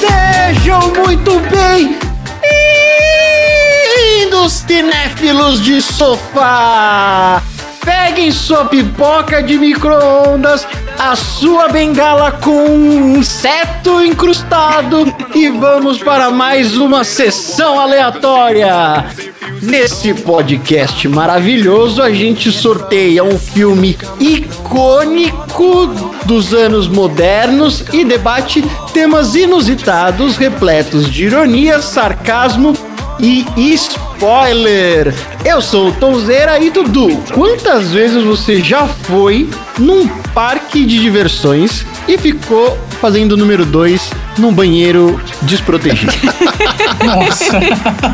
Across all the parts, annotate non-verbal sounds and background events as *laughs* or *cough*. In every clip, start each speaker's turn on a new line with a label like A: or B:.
A: Sejam muito bem vindos, cinéfilos de sofá! Peguem sua pipoca de micro-ondas, a sua bengala com um inseto incrustado e vamos para mais uma sessão aleatória. Nesse podcast maravilhoso, a gente sorteia um filme icônico dos anos modernos e debate temas inusitados repletos de ironia, sarcasmo e spoiler! Eu sou o Tonzeira e Dudu, quantas vezes você já foi num parque de diversões e ficou fazendo o número 2 num banheiro desprotegido?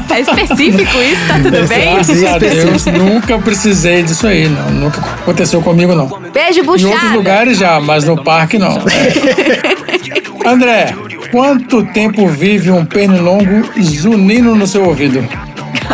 B: Tá específico isso? Tá tudo bem?
C: Graças a *laughs* Deus, nunca precisei disso aí, não. Nunca aconteceu comigo, não.
B: Beijo,
C: Em outros
B: buchada.
C: lugares já, mas no parque *laughs* não. André, quanto tempo vive um pernilongo zunindo no seu ouvido?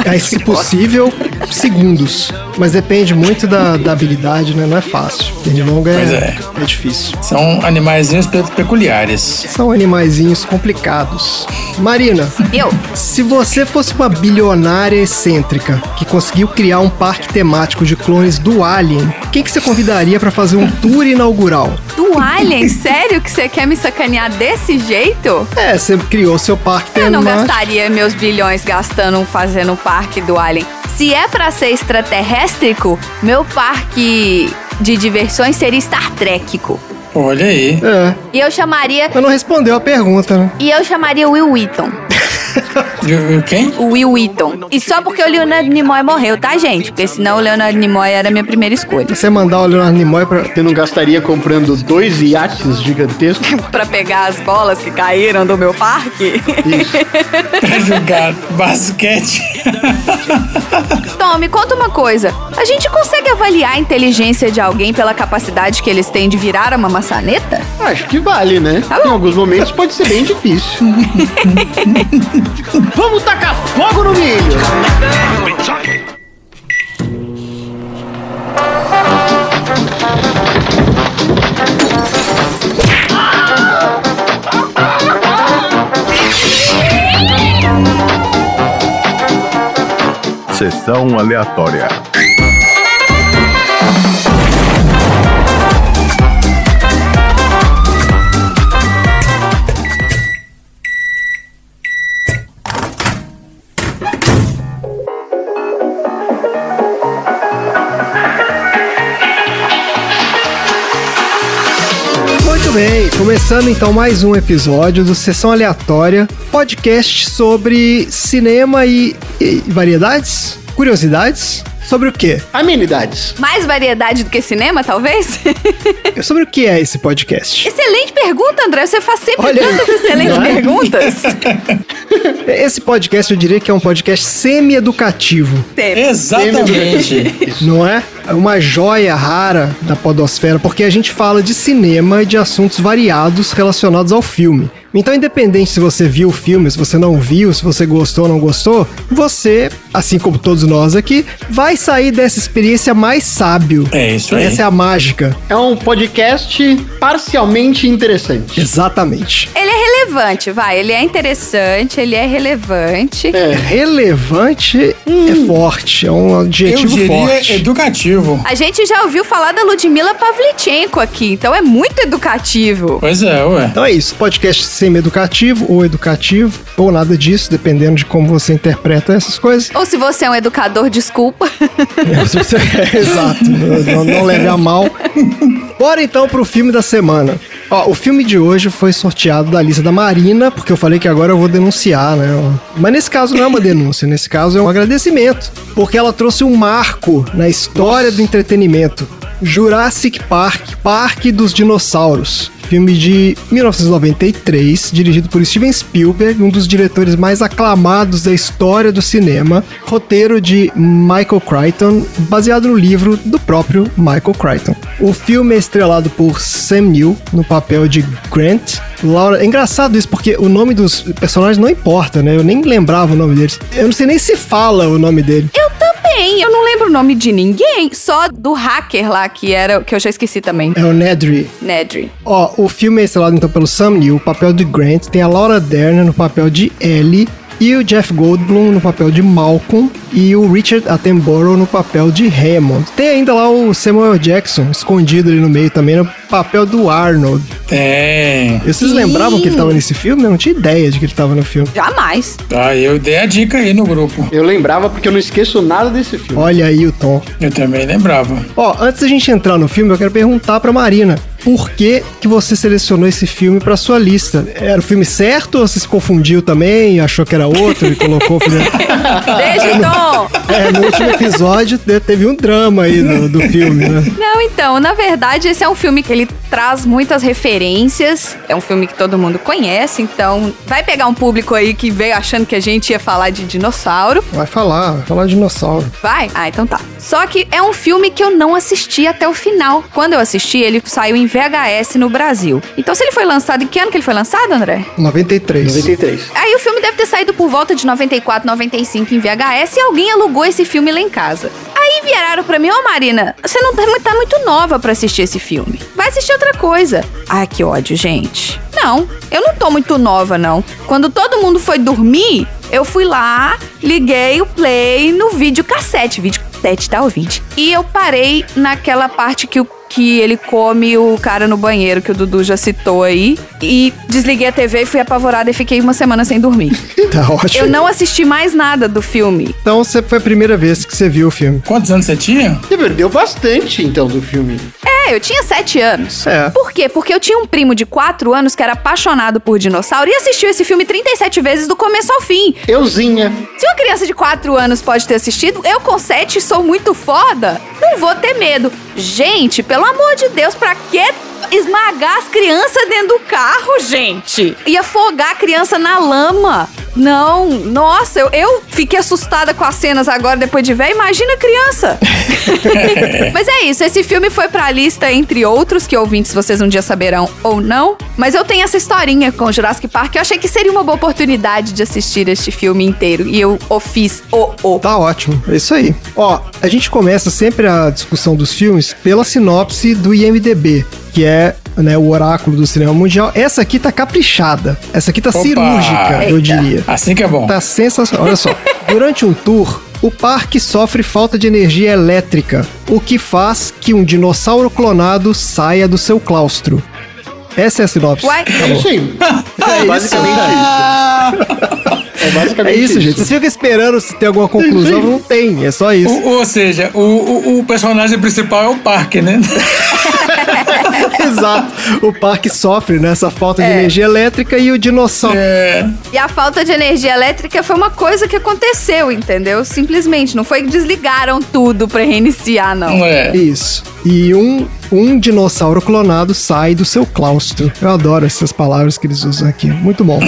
D: Aí, se possível, segundos. Mas depende muito da, da habilidade, né? Não é fácil. Pernilongo
C: Pois
D: é,
C: é.
D: é. difícil.
C: São animaizinhos pe- peculiares.
D: São animaizinhos complicados. Marina,
B: Eu?
D: se você fosse uma bilionária excêntrica que conseguiu criar um parque temático de clones do Alien, quem que você convidaria pra fazer um tour inaugural?
B: Do Alien? Sério que você quer me sacanear desse jeito?
D: É, você criou seu parque
B: Eu não
D: temático.
B: gastaria meus bilhões gastando fazendo o parque do Alien. Se é pra ser extraterrestrico, meu parque de diversões seria Star Trekico.
C: Olha aí.
D: É,
B: E eu chamaria.
D: mas não respondeu a pergunta, né?
B: E eu chamaria Will Wheaton.
C: E- e Quem? *laughs*
B: O Will Wheaton. E só porque o Leonardo Nimoy morreu, tá, gente? Porque senão o Leonardo Nimoy era a minha primeira escolha. *laughs*
D: Você mandar o Leonardo Nimoy pra...
A: Você não gastaria comprando dois iates gigantescos?
B: Pra pegar as bolas que caíram do meu parque. *laughs*
C: Pra jogar *laughs* basquete.
B: Tom, me conta uma coisa. A gente consegue avaliar a inteligência de alguém pela capacidade que eles têm de virar uma maçaneta?
A: Acho que vale, né? Em alguns momentos pode ser bem difícil. Vamos tacar fogo no milho!
E: Sessão aleatória.
D: Muito bem, começando então mais um episódio do Sessão Aleatória, podcast sobre cinema e, e variedades, curiosidades. Sobre o quê?
A: Amenidades.
B: Mais variedade do que cinema, talvez? *laughs*
D: Sobre o que é esse podcast?
B: Excelente pergunta, André. Você faz sempre
D: Olha aí.
B: tantas excelentes
D: Não é?
B: perguntas.
D: *laughs* Esse podcast eu diria que é um podcast semi-educativo,
B: Sempre.
C: Exatamente.
D: não é? É uma joia rara da podosfera, porque a gente fala de cinema e de assuntos variados relacionados ao filme. Então, independente se você viu o filme, se você não viu, se você gostou ou não gostou, você, assim como todos nós aqui, vai sair dessa experiência mais sábio.
C: É isso aí.
D: Essa é a mágica.
A: É um podcast parcialmente interessante.
D: Exatamente.
B: Ele é relevante, vai. Ele é interessante, ele é relevante.
A: É,
D: Relevante é forte, é um
C: Eu
D: adjetivo
C: diria
D: forte.
C: educativo.
B: A gente já ouviu falar da Ludmila Pavlichenko aqui, então é muito educativo.
C: Pois é, ué.
D: Então é isso, podcast semi-educativo ou educativo, ou nada disso, dependendo de como você interpreta essas coisas.
B: Ou se você é um educador, desculpa. *laughs*
D: Se você- *laughs* Exato, não, não leve a mal. Bora então pro filme da semana. Ó, o filme de hoje foi sorteado da lista da Marina, porque eu falei que agora eu vou denunciar, né? Mas nesse caso não é uma denúncia, nesse caso é um agradecimento, porque ela trouxe um marco na história do entretenimento. Jurassic Park, Parque dos Dinossauros. Filme de 1993, dirigido por Steven Spielberg, um dos diretores mais aclamados da história do cinema. Roteiro de Michael Crichton, baseado no livro do próprio Michael Crichton. O filme é estrelado por Sam Neill, no papel de Grant. Laura, é engraçado isso, porque o nome dos personagens não importa, né? Eu nem lembrava o nome deles. Eu não sei nem se fala o nome dele.
B: Eu também, eu não lembro o nome de ninguém, só do hacker lá que era, que eu já esqueci também.
D: É o Nedry.
B: Nedry.
D: Ó, o filme é estrelado então pelo Sam Neill, o papel de Grant, tem a Laura Dern no papel de Ellie, e o Jeff Goldblum no papel de Malcolm, e o Richard Attenborough no papel de Hammond. Tem ainda lá o Samuel Jackson, escondido ali no meio também, no papel do Arnold.
C: Tem.
D: E Vocês
B: Sim.
D: lembravam que ele tava nesse filme? Eu não tinha ideia de que ele tava no filme.
B: Jamais.
C: Tá, eu dei a dica aí no grupo.
A: Eu lembrava porque eu não esqueço nada desse filme.
D: Olha aí o Tom.
C: Eu também lembrava.
D: Ó, antes da gente entrar no filme, eu quero perguntar pra Marina. Por que, que você selecionou esse filme pra sua lista? Era o filme certo ou você se confundiu também, achou que era outro e colocou... o *laughs* filme?
B: Beijo, Tom!
D: É, no último episódio te- teve um drama aí do, do filme, né?
B: Não, então, na verdade, esse é um filme que ele traz muitas referências. É um filme que todo mundo conhece, então vai pegar um público aí que veio achando que a gente ia falar de dinossauro.
D: Vai falar, vai falar de dinossauro.
B: Vai? Ah, então tá. Só que é um filme que eu não assisti até o final. Quando eu assisti, ele saiu em VHS no Brasil. Então, se ele foi lançado, em que ano que ele foi lançado, André?
D: 93.
A: 93.
B: Aí o filme deve ter saído por volta de 94, 95 em VHS e alguém alugou esse filme lá em casa. Aí vieram pra mim, ô Marina, você não tá, mu- tá muito nova pra assistir esse filme. Vai assistir outra coisa. Ai, que ódio, gente. Não, eu não tô muito nova, não. Quando todo mundo foi dormir, eu fui lá, liguei o play no vídeo cassete. Vídeo cassete, tá, ouvinte? E eu parei naquela parte que o que ele come o cara no banheiro, que o Dudu já citou aí. E desliguei a TV e fui apavorada e fiquei uma semana sem dormir.
D: Tá ótimo.
B: Eu não assisti mais nada do filme.
D: Então você foi a primeira vez que você viu o filme.
C: Quantos anos você tinha?
A: Você perdeu bastante, então, do filme.
B: É, eu tinha sete anos.
D: É.
B: Por quê? Porque eu tinha um primo de quatro anos que era apaixonado por dinossauro e assistiu esse filme 37 vezes do começo ao fim.
A: Euzinha.
B: Se uma criança de 4 anos pode ter assistido, eu com 7 sou muito foda, não vou ter medo. Gente, pelo amor de Deus, pra que esmagar as crianças dentro do carro, gente? E afogar a criança na lama? Não, nossa, eu, eu fiquei assustada com as cenas agora depois de ver. Imagina a criança! *laughs* Mas é isso, esse filme foi pra lista, entre outros, que ouvintes vocês um dia saberão ou não. Mas eu tenho essa historinha com Jurassic Park. Eu achei que seria uma boa oportunidade de assistir este filme inteiro. E eu o fiz o o.
D: Tá ótimo, é isso aí. Ó, a gente começa sempre a discussão dos filmes pela sinopse do IMDB, que é né, o oráculo do cinema mundial. Essa aqui tá caprichada. Essa aqui tá
C: Opa!
D: cirúrgica, eu
B: Eita.
D: diria.
C: Assim que é bom.
D: Tá sensacional. Olha só. Durante um tour, o parque sofre falta de energia elétrica, o que faz que um dinossauro clonado saia do seu claustro. Essa é a sinopse.
B: Uai,
A: É isso
D: *laughs*
A: aí. É basicamente isso. É
D: É
A: basicamente
D: isso, gente. Vocês ficam esperando se tem alguma conclusão.
A: Sim.
D: Não tem, é só isso.
C: O- ou seja, o, o, o personagem principal é o Parque, né?
D: *laughs* Exato. O parque sofre nessa falta de
B: É.
D: energia elétrica e o dinossauro.
C: É.
B: e a falta de energia elétrica foi uma coisa que aconteceu, entendeu? Simplesmente, não foi que desligaram tudo pra reiniciar, não.
C: é.
D: Isso. E um, um dinossauro clonado sai do seu claustro. Eu adoro essas palavras que eles usam aqui. Muito bom.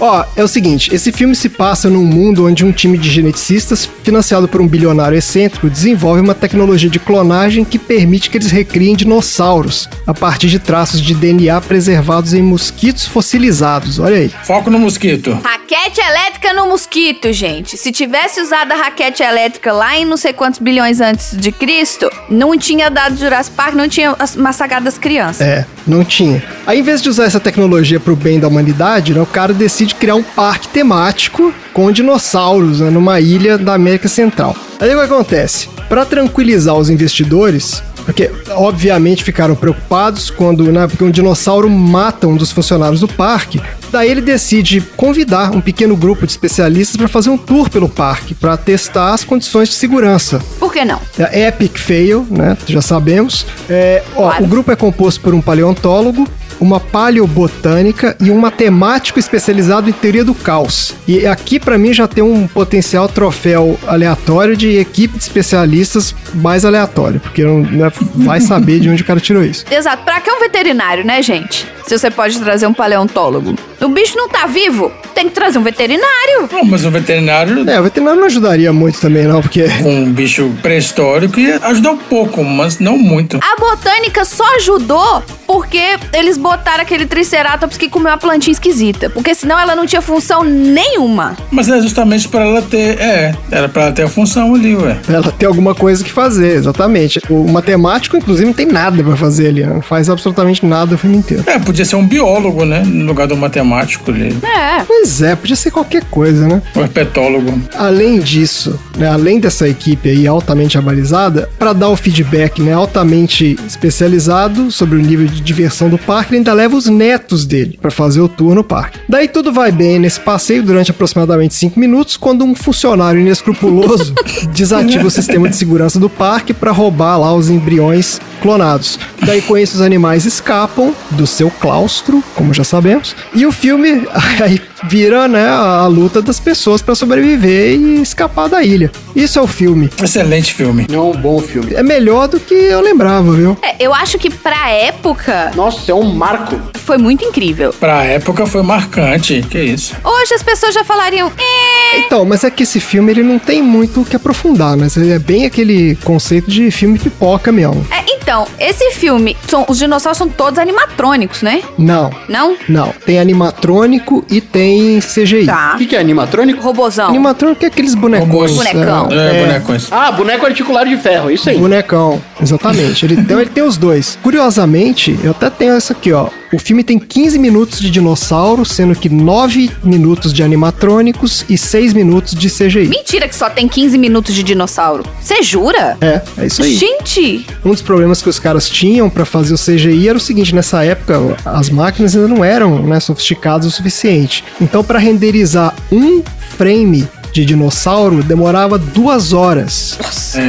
D: Ó, é o seguinte: esse filme se passa num mundo onde um time de geneticistas, financiado por um bilionário excêntrico, desenvolve uma tecnologia de clonagem que permite que eles recriem dinossauros a partir de traços de DNA preservados em mosquitos fossilizados. Olha aí.
C: Foco no mosquito.
B: Raquete elétrica no mosquito, gente. Se tivesse usado a raquete elétrica lá em não sei quantos bilhões antes de Cristo, não tinha dado Jurassic Park, não tinha as- massacrado as crianças.
D: É, não tinha. Aí, em vez de usar essa tecnologia pro bem da humanidade, né, o cara decide criar um parque temático com dinossauros né, numa ilha da América Central. Aí o que acontece? Pra tranquilizar os investidores, porque obviamente ficaram preocupados quando né, porque um dinossauro mata um dos funcionários do parque, daí ele decide convidar um pequeno grupo de especialistas pra fazer um tour pelo parque pra testar as condições de segurança.
B: Por que não?
D: É Epic Fail, né? Já sabemos. É, ó,
B: Claro.
D: O grupo é composto por um paleontólogo, uma paleobotânica e um matemático especializado em teoria do caos. E aqui, pra mim, já tem um potencial troféu aleatório de equipe de especialistas mais aleatório, porque não né, vai saber de onde o cara tirou isso.
B: Exato, pra que um veterinário, né, gente? Se você pode trazer um paleontólogo. O bicho não tá vivo, tem que trazer um veterinário.
C: Não, mas o veterinário
D: É, o veterinário não ajudaria muito também, não, porque. *laughs*
C: com um bicho pré-histórico ia ajudar um pouco, mas não muito.
B: A botânica só ajudou porque eles bo- botaram aquele triceratops que comeu uma plantinha esquisita. Porque senão ela não tinha função nenhuma.
C: Mas é justamente pra ela ter. É, era pra ela ter a função ali, ué.
D: Ela tem alguma coisa que fazer, exatamente. O matemático, inclusive, não tem nada pra fazer ali. né? Não faz absolutamente nada o filme inteiro.
C: É, podia ser um biólogo, né? No lugar do matemático ali.
B: É.
D: Pois é, podia ser qualquer coisa, né?
C: Um herpetólogo.
D: Além disso, né, além dessa equipe aí altamente abalizada, para dar o feedback né, altamente especializado sobre o nível de diversão do parque, ele ainda leva os netos dele para fazer o tour no parque. Daí tudo vai bem nesse passeio durante aproximadamente 5 minutos, quando um funcionário inescrupuloso desativa o sistema de segurança do parque para roubar lá os embriões clonados. Daí com isso os animais escapam do seu claustro, como já sabemos, e o filme *laughs* aí vira né, a luta das pessoas para sobreviver e escapar da ilha. Isso é o filme.
C: Excelente filme.
A: É um bom filme.
D: É melhor do que eu lembrava, viu?
B: É, eu acho que pra época
A: Nossa, é um marco.
B: foi muito incrível.
C: Pra época foi marcante. Que isso.
B: Hoje as pessoas já falariam. "É,
D: Então, mas é que esse filme ele não tem muito o que aprofundar, né? Ele é bem aquele conceito de filme pipoca mesmo.
B: É, então, esse filme, são- os dinossauros são todos animatrônicos, né?
D: Não,
B: Não?
D: não. Tem animatrônico e tem CGI.
A: O
B: Tá.
A: que, que é animatrônico?
B: Robozão.
D: Animatrônico é aqueles bonecões.
C: Robôs.
B: Bonecão.
D: né?
C: É, bonecões.
A: Ah, boneco articular de ferro, É isso aí.
D: Bonecão, exatamente. Ele, então ele tem os dois. Curiosamente, eu até tenho isso aqui, ó. O filme tem 15 minutos de dinossauro, sendo que 9 minutos de animatrônicos e 6 minutos de CGI.
B: Mentira que só tem 15 minutos de dinossauro. Você jura?
D: É, é isso aí.
B: Gente,
D: Um dos problemas que os caras tinham pra fazer o CGI era o seguinte, nessa época as máquinas ainda não eram né, sofisticadas o suficiente. Então pra renderizar um frame de dinossauro demorava duas horas,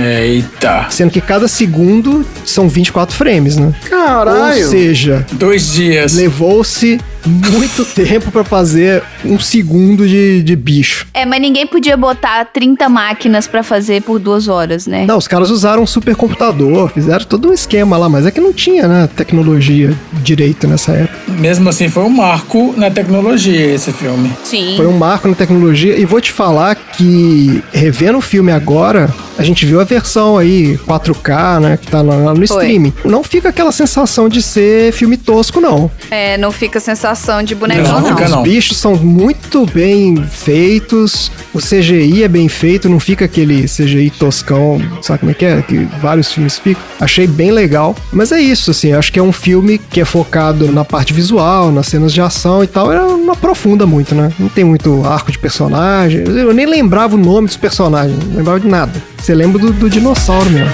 C: Eita.
D: sendo que cada segundo são 24 frames, né?
A: Ah,
D: Ou
A: Caralho.
D: seja,
C: Dois dias.
D: levou-se muito *laughs* tempo pra fazer um segundo de, de bicho.
B: é, mas ninguém podia botar 30 máquinas pra fazer por duas horas, né?
D: Não, os caras usaram um supercomputador, fizeram todo um esquema lá, mas é que não tinha, né, tecnologia direito nessa época.
C: Mesmo assim, foi um marco na tecnologia esse filme.
B: Sim.
D: Foi um marco na tecnologia. E vou te falar que, revendo o filme agora, a gente viu a versão aí 4K, né? Que tá no, no
B: Foi.
D: streaming. Não fica aquela sensação de ser filme tosco, não.
B: É, não fica a sensação de bonecão,
C: Não,
B: não.
C: fica
D: Os
C: não.
D: bichos são muito bem feitos, o CGI é bem feito, não fica aquele CGI toscão, sabe como é que é? Que vários filmes ficam. Achei bem legal. Mas é isso, assim, acho que é um filme que é focado na parte visual, nas cenas de ação e tal. Ela não aprofunda muito, né? Não tem muito arco de personagem. Eu nem lembrava o nome dos personagens, não lembrava de nada. Você lembra do, do dinossauro mesmo.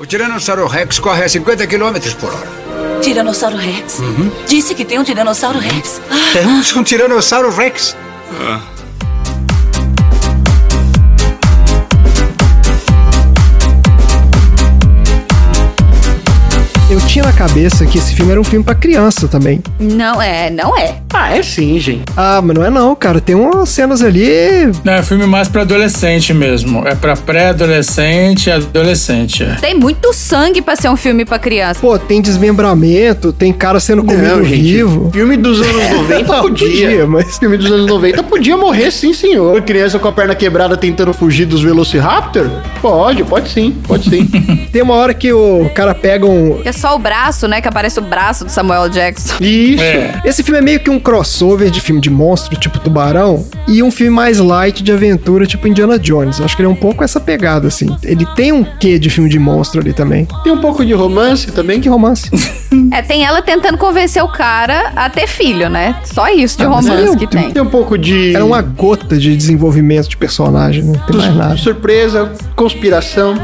E: O Tiranossauro Rex corre a 50 km por hora.
F: Tiranossauro Rex? Disse que tem um Tiranossauro Rex. Ah,
E: Temos um Tiranossauro Rex.
D: Eu tinha na cabeça que esse filme era um filme pra criança também.
B: Não é, não é.
A: Ah, é sim, gente.
D: Ah, mas não é não, cara. Tem umas cenas ali
C: Não, é filme mais pra adolescente mesmo. É pra pré-adolescente e adolescente. é.
B: Tem muito sangue pra ser um filme pra criança.
D: Pô, tem desmembramento, tem cara sendo comido vivo.
A: Filme dos *laughs* anos 90
D: Não,
A: podia.
D: podia, mas-
A: Filme dos anos 90 podia morrer, sim, senhor. Criança com a perna quebrada tentando fugir dos Velociraptor? Pode, pode sim, pode *laughs* sim.
D: Tem uma hora que o cara pega um.
B: É só o braço, né? Que aparece o braço do Samuel Jackson.
A: Isso.
C: É.
D: Esse filme é meio que um crossover de filme de monstro, tipo Tubarão, e um filme mais light de aventura, tipo Indiana Jones. Acho que ele é um pouco essa pegada, assim. Ele tem um quê de filme de monstro ali também.
A: Tem um pouco de romance também.
D: Que romance.
B: É, tem ela tentando convencer o cara a ter filho, né? Só isso de
D: Ah, mas
B: romance
D: ele é um
B: que tem.
A: Tem um pouco de.
D: Era uma gota de desenvolvimento de personagem, não tem mais nada.
A: Surpresa, conspiração.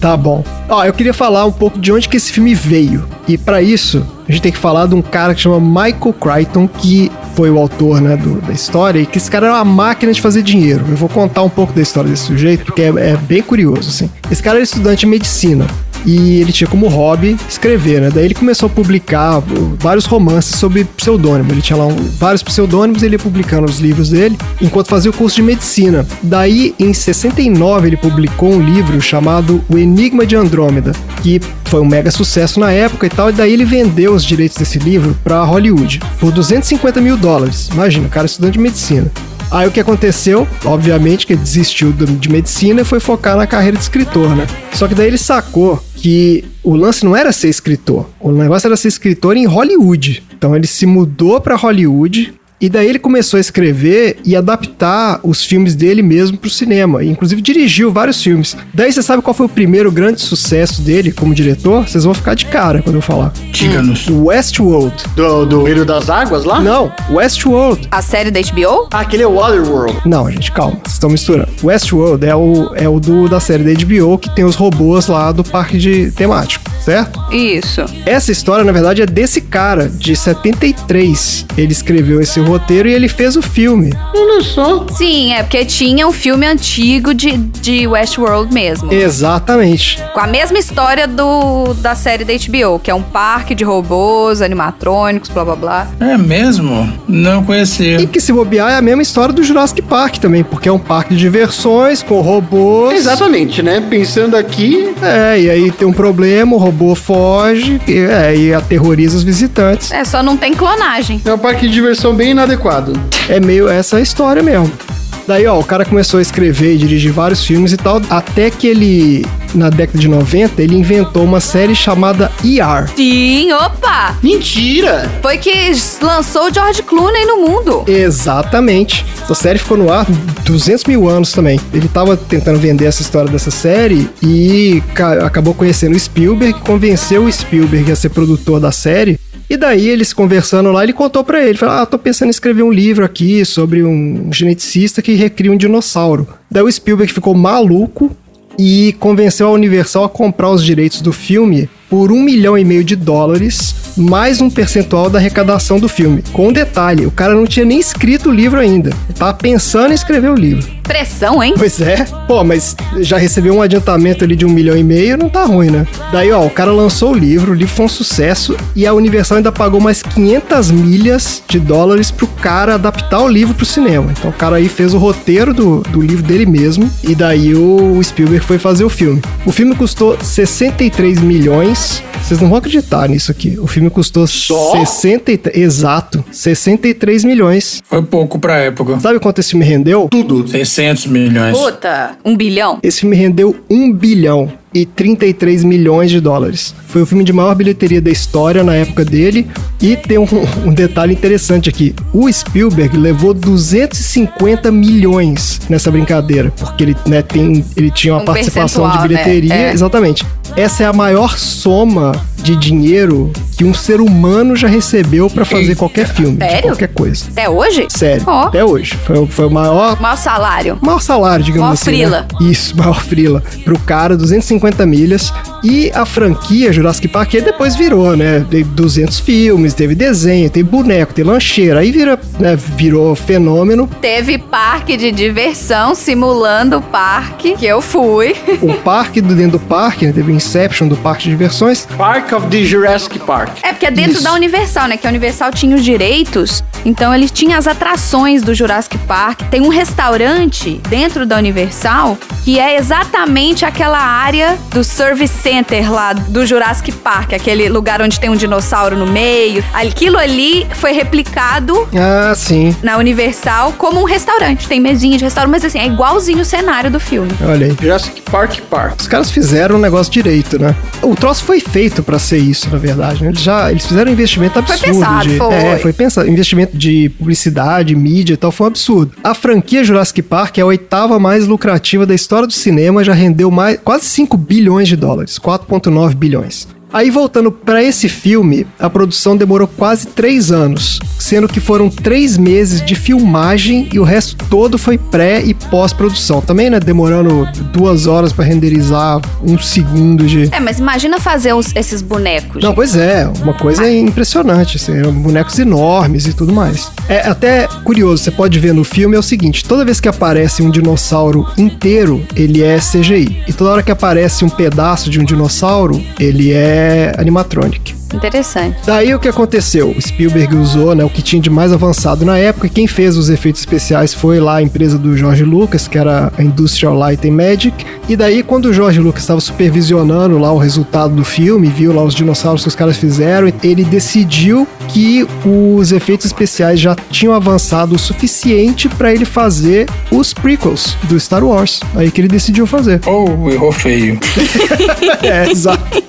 D: Tá bom. Ó, eu queria falar um pouco de onde que esse filme veio. E pra isso, a gente tem que falar de um cara que chama Michael Crichton, que foi o autor, né, do- da história, e que esse cara era uma máquina de fazer dinheiro. Eu vou contar um pouco da história desse sujeito, porque é, é bem curioso, assim. Esse cara era estudante de medicina. E ele tinha como hobby escrever, né? Daí ele começou a publicar uh, vários romances sob pseudônimo. Ele tinha lá um- vários pseudônimos, ele ia publicando os livros dele enquanto fazia o curso de medicina. Daí, em 69, ele publicou um livro chamado O Enigma de Andrômeda, que foi um mega sucesso na época e tal. E daí ele vendeu os direitos desse livro pra Hollywood por 250 mil dólares. Imagina, o cara é estudante de medicina. Aí o que aconteceu? Obviamente que ele desistiu do- de medicina e foi focar na carreira de escritor, né? Só que daí ele sacou que o lance não era ser escritor. O negócio era ser escritor em Hollywood. Então ele se mudou pra Hollywood. E daí ele começou a escrever e adaptar os filmes dele mesmo pro cinema. E, Inclusive dirigiu vários filmes. Daí você sabe qual foi o primeiro grande sucesso dele como diretor? Vocês vão ficar de cara quando eu falar.
C: Diga-nos.
D: O Westworld.
A: Do, do Ilho das Águas lá?
D: Não, Westworld.
B: A série da HBO?
A: Ah, Aquele é o Waterworld.
D: Não, gente, calma, vocês estão misturando. Westworld é o, é o do, da série da HBO que tem os robôs lá do parque de temático, certo?
B: Isso.
D: Essa história, na verdade, é desse cara, de 73. Ele escreveu esse roteiro e ele fez o filme.
B: Sim, é porque tinha um filme antigo de, de Westworld mesmo.
D: Exatamente.
B: Com a mesma história do da série da HBO, que é um parque de robôs, animatrônicos, blá blá blá.
C: É mesmo? Não
D: E
C: conhecia.
D: que se bobear é a mesma história do Jurassic Park também, porque é um parque de diversões com robôs.
A: Exatamente, né? Pensando aqui.
D: É, e aí tem um problema, o robô foge e, é, e aterroriza os visitantes.
B: É, só não tem clonagem.
A: É um parque de diversão bem inadequado.
D: É meio essa história mesmo. Daí, ó, o cara começou a escrever e dirigir vários filmes e tal, até que ele, na década de 90, ele inventou uma série chamada ER.
B: Sim, opa!
A: Mentira!
B: Foi que lançou o George Clooney no mundo.
D: Exatamente. Essa série ficou no ar 200 mil anos também. Ele tava tentando vender essa história dessa série e ca- acabou conhecendo o Spielberg, convenceu o Spielberg a ser produtor da série. E daí eles conversando lá, ele contou pra ele, falou: "Ah, tô pensando em escrever um livro aqui sobre um geneticista que recria um dinossauro". Daí o Spielberg ficou maluco e convenceu a Universal a comprar os direitos do filme por um milhão e meio de dólares, mais um percentual da arrecadação do filme. Com um detalhe, o cara não tinha nem escrito o livro ainda. Ele Tava pensando em escrever o livro.
B: Pressão, hein?
D: Pois é. Pô, mas já recebeu um adiantamento ali de um milhão e meio, não tá ruim, né? Daí, ó, o cara lançou o livro, o livro foi um sucesso e a Universal ainda pagou mais 500 milhas de dólares pro cara adaptar o livro pro cinema. Então o cara aí fez o roteiro do, do livro dele mesmo e daí o Spielberg foi fazer o filme. O filme custou 63 milhões. Vocês não vão acreditar nisso aqui. O filme custou
A: Só?
D: 63, exato, 63 milhões.
C: Foi pouco pra época.
D: Sabe quanto esse filme rendeu?
C: 600 milhões.
B: Puta, um bilhão.
D: Esse filme rendeu 1 bilhão e 33 milhões de dólares. Foi o filme de maior bilheteria da história na época dele. E tem um, *laughs* um detalhe interessante aqui: o Spielberg levou 250 milhões nessa brincadeira, porque ele, né, tem, ele tinha uma
B: Um
D: participação de
B: percentual, né?
D: bilheteria.
B: É.
D: Exatamente. Essa é a maior soma de dinheiro que um ser humano já recebeu pra fazer qualquer filme, de
B: Sério?
D: qualquer coisa.
B: Até hoje?
D: Sério,
B: Ó.
D: até hoje. Foi, o- foi o maior
B: Maior salário.
D: maior salário, digamos
B: Maior
D: assim.
B: frila.
D: Né? Isso, *laughs* maior frila. Pro cara, 250 milhas. E a franquia Jurassic Park aí depois virou, né? Teve 200 filmes, teve desenho, teve boneco, teve lancheira. Aí vira, né, virou fenômeno.
B: Teve parque de diversão simulando o parque que eu fui. *laughs*
D: O parque do dentro do parque, né? Teve Inception do parque de diversões.
A: Park of the Jurassic Park.
B: É porque é dentro
D: Isso.
B: da Universal, né? Que a Universal tinha os direitos, então ele tinha as atrações do Jurassic Park. Tem um restaurante dentro da Universal que é exatamente aquela área do Service Center lá do Jurassic Park, aquele lugar onde tem um dinossauro no meio. Aquilo ali foi replicado
D: Ah, sim.
B: na Universal como um restaurante. Tem mesinha de restaurante, mas assim, é igualzinho o cenário do filme.
D: Olha aí.
A: Jurassic Park Park.
D: Os caras fizeram o negócio direito, né? O troço foi feito pra ser isso, na verdade. Né? Eles já eles fizeram um investimento absurdo.
B: pensado,
D: de,
B: foi.
D: É, foi pensado. Investimento de publicidade, mídia e tal, foi um absurdo. A franquia Jurassic Park é a oitava mais lucrativa da história do cinema, já rendeu mais, quase 5 bilhões de dólares, 4,9 bilhões. Aí voltando pra esse filme, a produção demorou quase três anos, sendo que foram três meses de filmagem e o resto todo foi pré e pós-produção. Também, né, demorando duas horas pra renderizar um segundo de,
B: É, mas imagina fazer os- esses bonecos.
D: não, pois é, uma coisa impressionante, assim, eram bonecos enormes e tudo mais. É até curioso, você pode ver no filme é o seguinte, toda vez que aparece um dinossauro inteiro, ele é CGI. E toda hora que aparece um pedaço de um dinossauro, ele é animatronic.
B: Interessante.
D: Daí o que aconteceu? O Spielberg usou né, o que tinha de mais avançado na época, e quem fez os efeitos especiais foi lá a empresa do George Lucas, que era a Industrial Light and Magic. E daí, quando o George Lucas estava supervisionando lá o resultado do filme, viu lá os dinossauros que os caras fizeram, ele decidiu que os efeitos especiais já tinham avançado o suficiente para ele fazer os prequels do Star Wars. Aí que ele decidiu fazer.
C: Ou errou feio.
D: É, exato.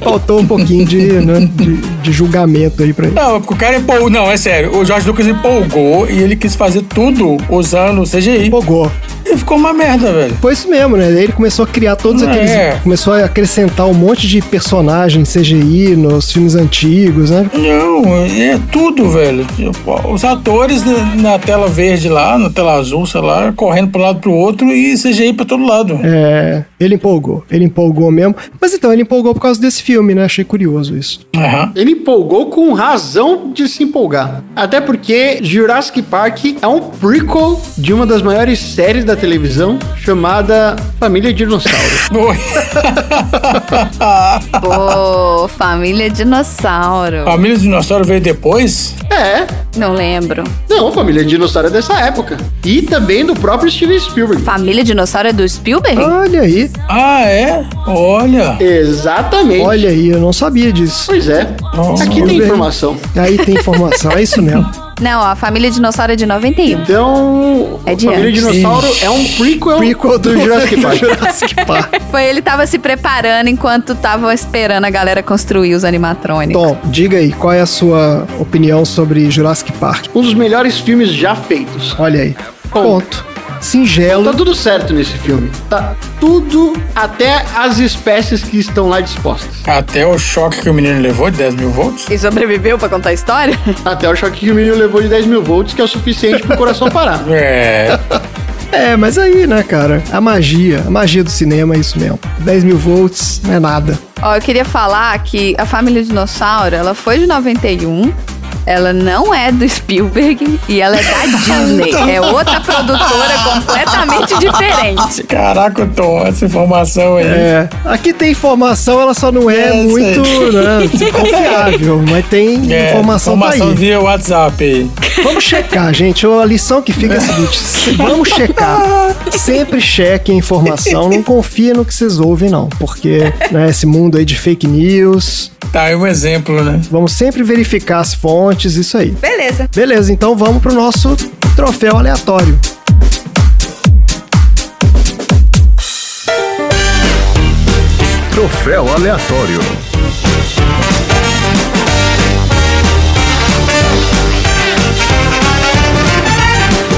D: Faltou um pouquinho de, né, de, de julgamento aí pra ele.
C: Não, é porque o cara empolgou. Não, é sério. O Jorge Lucas empolgou e ele quis fazer tudo usando CGI.
D: Empolgou.
C: E ficou uma merda, velho.
D: Foi isso mesmo, né? Ele começou a criar todos
C: É.
D: aqueles. Começou a acrescentar um monte de personagem CGI nos filmes antigos, né?
C: Não, é tudo, velho. Tipo, Os atores na- na tela verde lá, na tela azul, sei lá, correndo pro lado pro outro e CGI pra todo lado.
D: É, ele empolgou, ele empolgou mesmo. Mas então, ele empolgou por causa desse filme, né? Achei curioso isso.
C: Aham.
A: Ele empolgou com razão de se empolgar. Até porque Jurassic Park é um prequel de uma das maiores séries da televisão chamada Família Dinossauro.
C: Oi.
B: Pô, família dinossauro.
C: Família do Dinossauro veio depois?
A: *laughs* é,
B: Não lembro.
A: não, Família Dinossauro é dessa época. E também do próprio Steven Spielberg.
B: Família dinossauro é do Spielberg?
D: Olha aí,
C: Ah, é? Olha.
A: Exatamente.
D: olha aí, eu não sabia disso.
A: Pois é.
C: Nossa,
A: Aqui tem
D: Spielberg.
A: informação.
D: Aí tem informação, é isso mesmo.
B: Não, a família dinossauro é de 91.
A: Então,
B: É de
A: Família
B: antes.
A: Dinossauro é um *laughs* prequel,
D: Prequel
A: do *laughs*
D: *laughs*
A: Jurassic Park.
D: Jurassic Park.
B: Foi ele tava se preparando enquanto tava esperando a galera construir os animatrônicos.
D: Tom, diga aí, qual é a sua opinião sobre Jurassic Park?
A: Um dos melhores filmes já feitos.
D: Olha aí. Ponto. Singelo.
A: Tá tudo certo nesse filme. Tá tudo, até as espécies que estão lá dispostas.
C: Até o choque que o menino levou de 10 mil volts.
B: E sobreviveu pra contar a história? *laughs*
A: Até o choque que o menino levou de 10 mil volts, que é o suficiente pro coração parar.
C: É.
D: É, mas aí, né, cara? A magia. A magia do cinema é isso mesmo. 10 mil volts não é nada.
B: Ó, eu queria falar que a família dinossauro, ela foi de 91. Ela não é do Spielberg e ela é da Disney. É outra produtora completamente diferente.
C: Caraca, Tom, essa informação aí.
D: É. Aqui tem informação, ela só não é
C: É,
D: muito
C: sei.
D: né,
C: *laughs*
D: confiável, mas tem
C: É,
D: informação,
C: informação
D: tá aí.
C: via WhatsApp aí.
D: Vamos checar, gente. A lição que fica é a seguinte: se- vamos checar. Sempre cheque a informação. Não confia no que vocês ouvem, não. Porque né, esse mundo aí de fake news.
C: Tá aí um exemplo, né?
D: Vamos sempre verificar as fontes, isso aí.
B: Beleza.
D: Beleza, então vamos pro nosso troféu aleatório.
G: Troféu aleatório.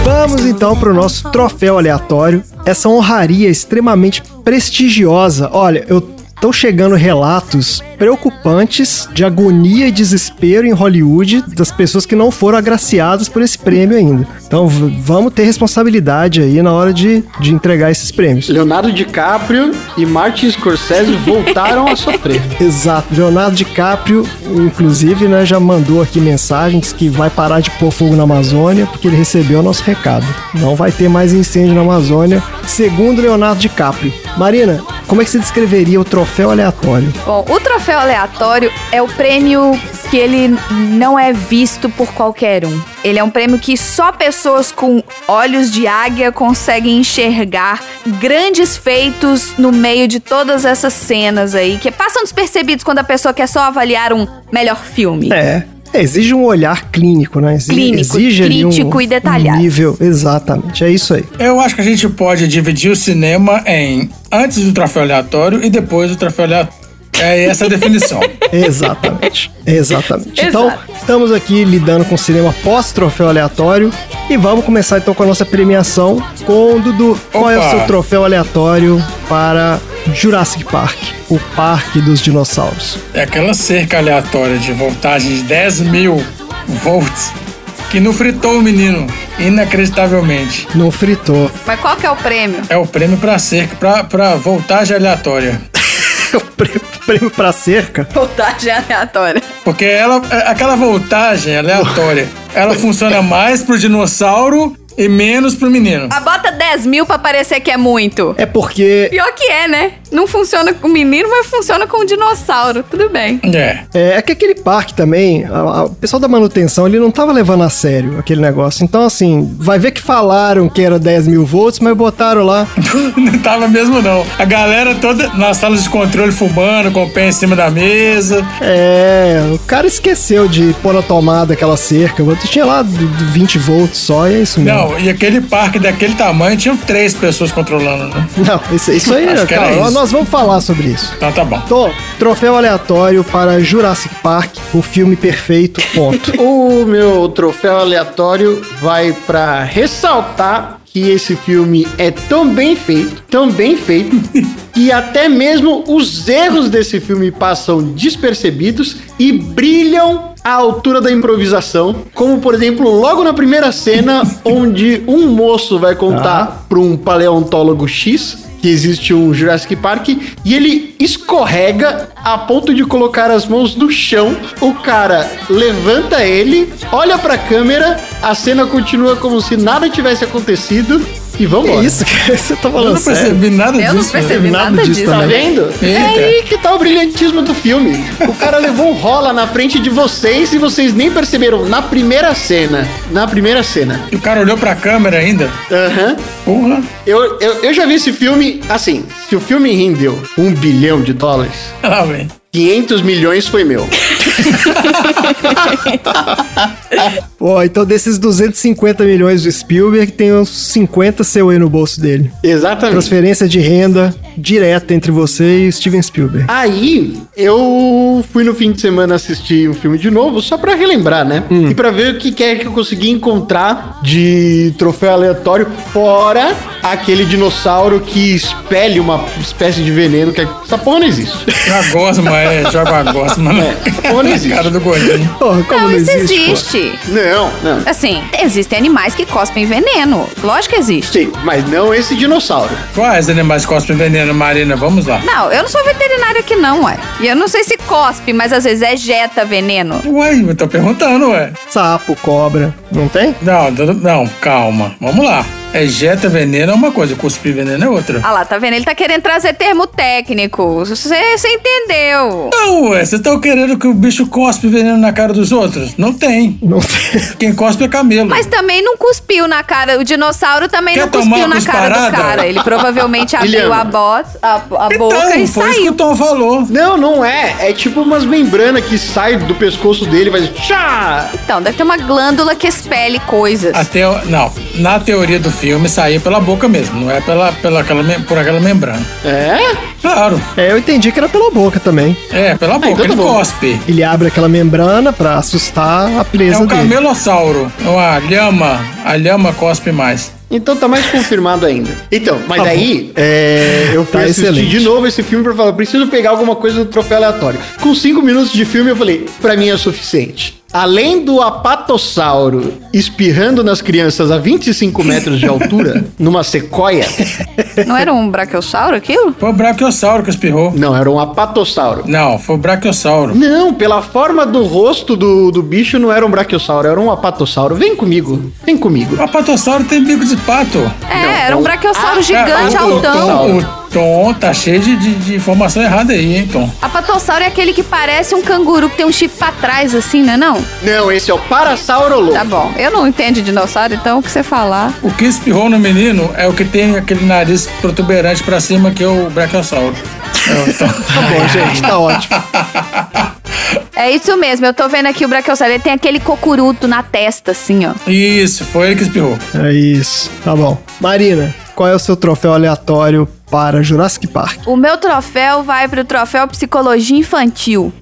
D: Vamos então pro nosso troféu aleatório. Essa honraria extremamente prestigiosa. Olha, eu tô chegando relatos preocupantes de agonia e desespero em Hollywood das pessoas que não foram agraciadas por esse prêmio ainda. Então v- vamos ter responsabilidade aí na hora de, de entregar esses prêmios.
A: *laughs* Leonardo DiCaprio e Martin Scorsese voltaram a sofrer.
D: Exato. Leonardo DiCaprio, inclusive, né, já mandou aqui mensagem, disse que vai parar de pôr fogo na Amazônia, porque ele recebeu o nosso recado. Não vai ter mais incêndio na Amazônia, segundo Leonardo DiCaprio. Marina, como é que você descreveria o troféu aleatório?
B: Bom, o troféu aleatório é o prêmio que ele não é visto por qualquer um. Ele é um prêmio que só pessoas com olhos de águia conseguem enxergar grandes feitos no meio de todas essas cenas aí, que passam despercebidos quando a pessoa quer só avaliar um melhor filme.
D: É. Exige um olhar clínico, né? Exige,
B: Clínico,
D: exige ali um-
B: crítico e detalhado.
D: Um nível, exatamente. É isso aí.
C: Eu acho que a gente pode dividir o cinema em antes do troféu aleatório e depois do troféu aleatório. É essa a
D: *laughs*
C: definição.
D: Exatamente. Exatamente. Então,
B: Exato.
D: estamos aqui lidando com o cinema pós-troféu aleatório. E vamos começar então com a nossa premiação. Com o Dudu, qual é o
C: Opa.
D: seu troféu aleatório para Jurassic Park? O Parque dos Dinossauros.
C: É aquela cerca aleatória de voltagem de 10 mil volts que não fritou o menino, inacreditavelmente.
D: Não fritou. *laughs*
B: Mas qual que é o prêmio? *laughs*
C: É o prêmio pra cerca, pra, pra voltagem aleatória.
D: O prêmio- prêmio pra cerca?
B: Voltagem aleatória.
C: Porque ela, é- aquela voltagem aleatória, ela funciona mais pro dinossauro e menos pro menino.
B: Ah, bota 10 mil pra parecer que é muito.
D: É porque
B: Pior que é, né? Não funciona com o menino, mas funciona com o dinossauro. Tudo bem.
C: É. *laughs*
D: É, é que aquele parque também, a- a- o pessoal da manutenção ele não tava levando a sério aquele negócio. Então, assim, vai ver que falaram que era 10 mil volts, mas botaram lá.
C: Não tava mesmo, não. A galera toda nas salas de controle fumando, com o pé em cima da mesa.
D: É, o cara esqueceu de pôr a tomada, aquela cerca. O outro tinha lá d- d- 20 volts só e é isso mesmo.
C: Não, e aquele parque daquele tamanho tinham três pessoas controlando, né?
D: Não, isso, isso
C: *laughs*
D: aí,
C: Acho que era
D: cara,
C: isso.
D: nós vamos falar sobre isso.
C: Então tá bom.
D: Tô, troféu aleatório para Jurassic Park, o filme perfeito,
C: *laughs*
D: ponto.
A: O meu troféu aleatório vai pra ressaltar que esse filme é tão bem feito, tão bem feito, que até mesmo os erros desse filme passam despercebidos e brilham à altura da improvisação, como por exemplo, logo na primeira cena onde um moço vai contar para um paleontólogo X que existe um Jurassic Park e ele escorrega a ponto de colocar as mãos no chão. O cara levanta ele, olha pra câmera, a cena continua como se nada tivesse acontecido e vamos
D: Que isso, cara? Você tá
C: Eu
D: falando
C: não
D: sério?
C: percebi nada
B: Eu
C: disso. né?
B: não percebi
D: nada
B: nada,
D: disso
B: disso.
A: Tá
D: também.
A: vendo? É
C: Eita.
A: aí que tá o brilhantismo do filme. O cara levou um rola na frente de vocês e vocês nem perceberam na primeira cena. Na primeira cena.
C: E o cara olhou pra câmera ainda.
A: Aham.
C: Porra. *laughs*
A: Eu, eu, eu já vi esse filme, assim, se o filme rendeu um bilhão de dólares,
C: Lá vem.
A: 500 milhões foi meu.
D: Ó, então desses 250 milhões do Spielberg, tem uns 50 seu aí no bolso dele.
A: Exatamente.
D: Transferência de renda direta entre você e o Steven Spielberg.
A: Aí, eu fui no fim de semana assistir o filme de novo, só pra relembrar, né? E pra ver o que que é que eu consegui encontrar de troféu aleatório, fora aquele dinossauro que expele uma espécie de veneno, que é- essa porra não existe.
C: Joga gosma, é. Joga a gosma, né?
A: Ou não
C: Na
A: existe.
C: *laughs* cara do gordinho.
D: Porra, como
B: Não,
D: Ah, não,
B: isso
D: existe? pô?
B: existe.
A: Não, não.
B: Assim, existem animais que cospem veneno. Lógico que existe.
A: Sim, mas não esse dinossauro.
C: Quais animais cospem veneno, Marina? Vamos lá.
B: Não, eu não sou veterinária aqui não, ué. E eu não sei se cospe, mas às vezes é jeta veneno.
C: Uai, eu tô perguntando, ué.
D: Sapo, cobra, não tem?
C: Não, tudo- não, calma. Vamos lá. É jeta veneno é uma coisa, cuspir veneno é outra.
B: Ah lá, tá vendo? Ele tá querendo trazer termo técnico. Você você entendeu.
C: Não, ué, vocês estão querendo que o bicho cospe veneno na cara dos outros? Não tem.
D: Não tem.
C: Quem cospe é camelo.
B: Mas também não cuspiu na cara. O dinossauro também
C: Quer
B: não
C: tomar
B: cuspiu
C: uma
B: na cara do
C: cusparada?
B: cara. Ele
C: *laughs*
B: provavelmente abriu
A: Eliana.
B: a, bota, a, a boca
C: então,
B: e
C: foi isso
B: saiu.
C: que o Tom falou.
A: Não, não é. É tipo umas membranas que saem do pescoço dele e faz tchá!
B: Então, deve ter uma glândula que expele
C: *laughs*
B: coisas.
C: A teo- Não, na teoria do filme saía pela boca mesmo, não é pela, pela aquela mem- por aquela membrana.
A: É?
C: Claro,
D: É, eu entendi que era pela boca também.
C: é, pela boca,
A: então tá
C: ele
A: bom.
C: cospe.
D: Ele abre aquela membrana pra assustar a
C: É
D: presa
C: um
D: dele.
C: camelossauro, é a lhama, a lhama cospe mais.
A: Então tá mais confirmado ainda. Então, mas
C: Tá
A: aí é, eu fui
D: Tá
A: assistir
D: excelente.
A: de novo esse filme pra falar, preciso pegar alguma coisa do troféu aleatório. Com cinco minutos de filme eu falei, pra mim é suficiente. Além do apatossauro espirrando nas crianças a 25 metros de
D: *laughs*
A: altura, numa sequoia,
B: Não era um braquiossauro aquilo?
C: Foi o braquiossauro que espirrou.
A: não, era um apatossauro.
C: Não, foi o braquiossauro.
A: Não, pela forma do rosto do, do bicho não era um braquiossauro, era um apatossauro. Vem comigo, vem comigo.
C: O apatossauro tem bico de pato.
B: É, era um braquiossauro
C: Ah,
B: gigante,
C: Cara, o-
B: altão.
C: O Tom, o Tom tá cheio de, de, de informação errada aí, hein, Tom?
B: Apatossauro é aquele que parece um canguru que tem um chifre pra trás, assim, não é não?
A: Não, esse é o Parasaurolo.
B: Tá bom. Eu não entendo de dinossauro, então o que você falar?
C: O que espirrou no menino é o que tem aquele nariz protuberante pra cima que é o braquiossauro. É o Tom.
D: Tá bom, gente, tá ótimo.
B: É isso mesmo, eu tô vendo aqui o braquiossauro. Ele tem aquele cocuruto na testa, assim, ó.
C: Isso, foi ele que espirrou.
D: É isso, tá bom. Marina, qual é o seu troféu aleatório para Jurassic Park?
B: O meu troféu vai pro troféu psicologia infantil.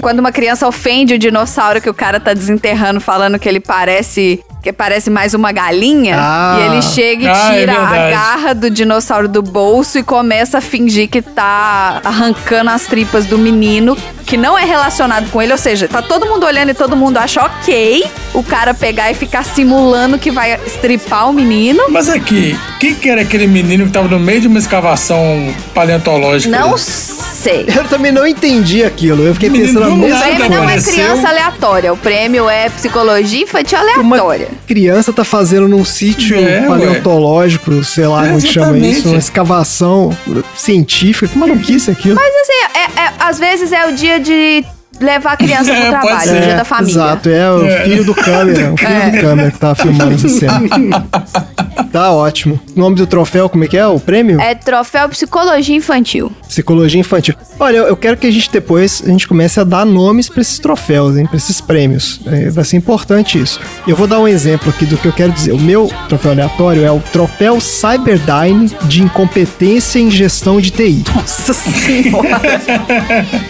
B: Quando uma criança ofende o dinossauro que o cara tá desenterrando, falando que ele parece que parece mais uma galinha,
D: Ah.
B: e ele chega e
C: Ah, é
B: tira a
C: verdade.
B: garra do dinossauro do bolso e começa a fingir que tá arrancando as tripas do menino, que não é relacionado com ele, ou seja, tá todo mundo olhando e todo mundo acha ok o cara pegar e ficar simulando que vai estripar o menino.
C: Mas aqui, quem que era aquele menino que tava no meio de uma escavação paleontológica?
B: Não sei.
D: Eu também não entendi aquilo, eu fiquei
C: Menino,
D: pensando na
C: do
D: mesma
B: O
C: nada
B: prêmio não é
C: apareceu.
B: criança aleatória, o prêmio é psicologia infantil
D: Uma,
B: aleatória.
D: criança tá fazendo num sítio
C: É, ué.
D: paleontológico, sei lá
C: É,
D: como que chama
C: exatamente.
D: isso, uma escavação científica. Que maluquice aquilo.
B: Mas assim, é- é- às vezes é o dia de levar a
C: *laughs*
B: criança pro
C: É, pode
B: trabalho, o
C: ser.
B: dia da família. É.
D: Exato, é o filho do câmera, o filho do câmera que tá filmando essa
B: *laughs*
D: cena. tá ótimo. O nome do troféu, como é que é? O prêmio?
B: É troféu psicologia infantil.
D: Psicologia infantil. Olha, eu quero que a gente depois a gente comece a dar nomes pra esses troféus, hein, para esses prêmios. É, vai ser importante isso. Eu vou dar um exemplo aqui do que eu quero dizer. O meu troféu aleatório é o troféu Cyberdyne de incompetência em gestão de TI,
B: Nossa senhora.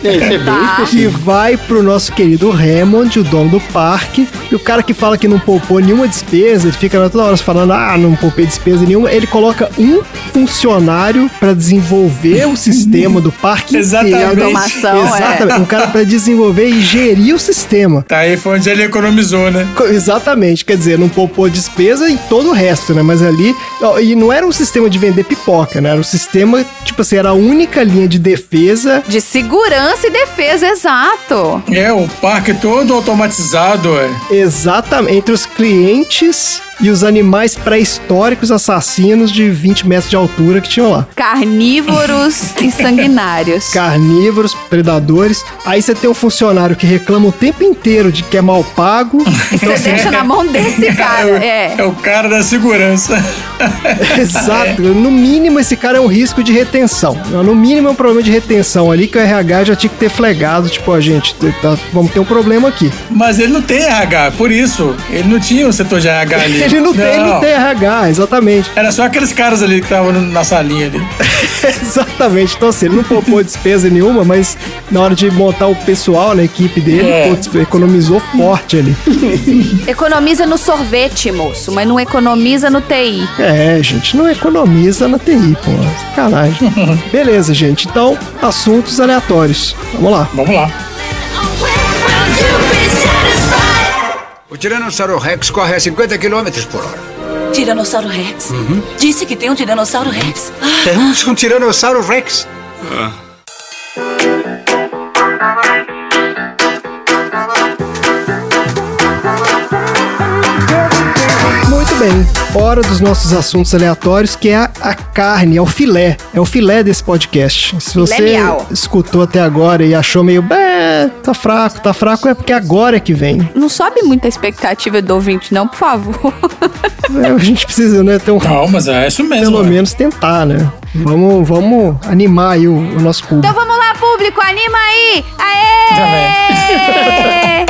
A: Esse é bem
B: tá.
A: específico.
D: que vai pro nosso querido Raymond, o dono do parque, e o cara que fala que não poupou nenhuma despesa, ele fica lá toda hora falando: "Ah, não poupei despesa nenhuma". Ele coloca um funcionário pra desenvolver o sistema do parque inteiro.
C: Exatamente.
B: Automação, é.
D: Exatamente. Um cara pra desenvolver e gerir o sistema.
C: Tá aí foi onde ele economizou, né?
D: Co- Exatamente, quer dizer, não poupou despesa em todo o resto, né? Mas ali. ó, E não era um sistema de vender pipoca, né? Era um sistema, tipo assim, era a única linha de defesa.
B: De segurança e defesa, exato.
C: É, o parque todo automatizado, é.
D: Exatamente. Entre os clientes e os animais pré-históricos assassinos de 20 metros de altura que tinham lá.
B: Carnívoros e sanguinários.
D: Carnívoros, predadores. Aí você tem um funcionário que reclama o tempo inteiro de que é mal pago. *laughs*
B: Você deixa na mão
C: *laughs*
B: desse cara.
C: É. o-
B: É.
C: é o cara da segurança. *laughs*
D: Exato. No mínimo, esse cara é um risco de retenção. No mínimo, é um problema de retenção ali que o RH já tinha que ter flegado. Tipo, a gente, tá- vamos ter um problema aqui.
C: Mas ele não tem RH, por isso. Ele não tinha o setor de RH ali.
D: *laughs* Ele não, tem, não tem RH, exatamente.
C: Era só aqueles caras ali que estavam na salinha ali.
D: Exatamente. Então, assim, ele não poupou despesa nenhuma, mas na hora de montar o pessoal na equipe dele,
C: É.
D: putz, economizou forte ali.
B: Economiza no sorvete, moço, mas não economiza no TI.
D: É, gente, não economiza na TI, pô. Sacanagem. Beleza, gente. Então, assuntos aleatórios. Vamos lá.
C: Vamos lá.
E: O Tiranossauro Rex corre a 50 km por hora.
F: Tiranossauro Rex. Disse que tem um Tiranossauro Rex.
E: Temos um Tiranossauro Rex.
D: Muito bem, hora dos nossos assuntos aleatórios, que é a, a carne, é o filé. É o filé desse podcast. Se você
B: miau.
D: escutou até agora e achou meio, "Bé, tá fraco, tá fraco, é porque agora é que vem.
B: Não sobe muito a expectativa do ouvinte, não, por favor.
D: É, a gente precisa, né, ter um,
C: Não, mas é isso mesmo.
D: pelo
C: ué.
D: menos tentar, né? Vamos, vamos animar aí o, o nosso
B: Então
D: público.
B: vamos lá, público, anima aí!
C: Tá
B: Aê!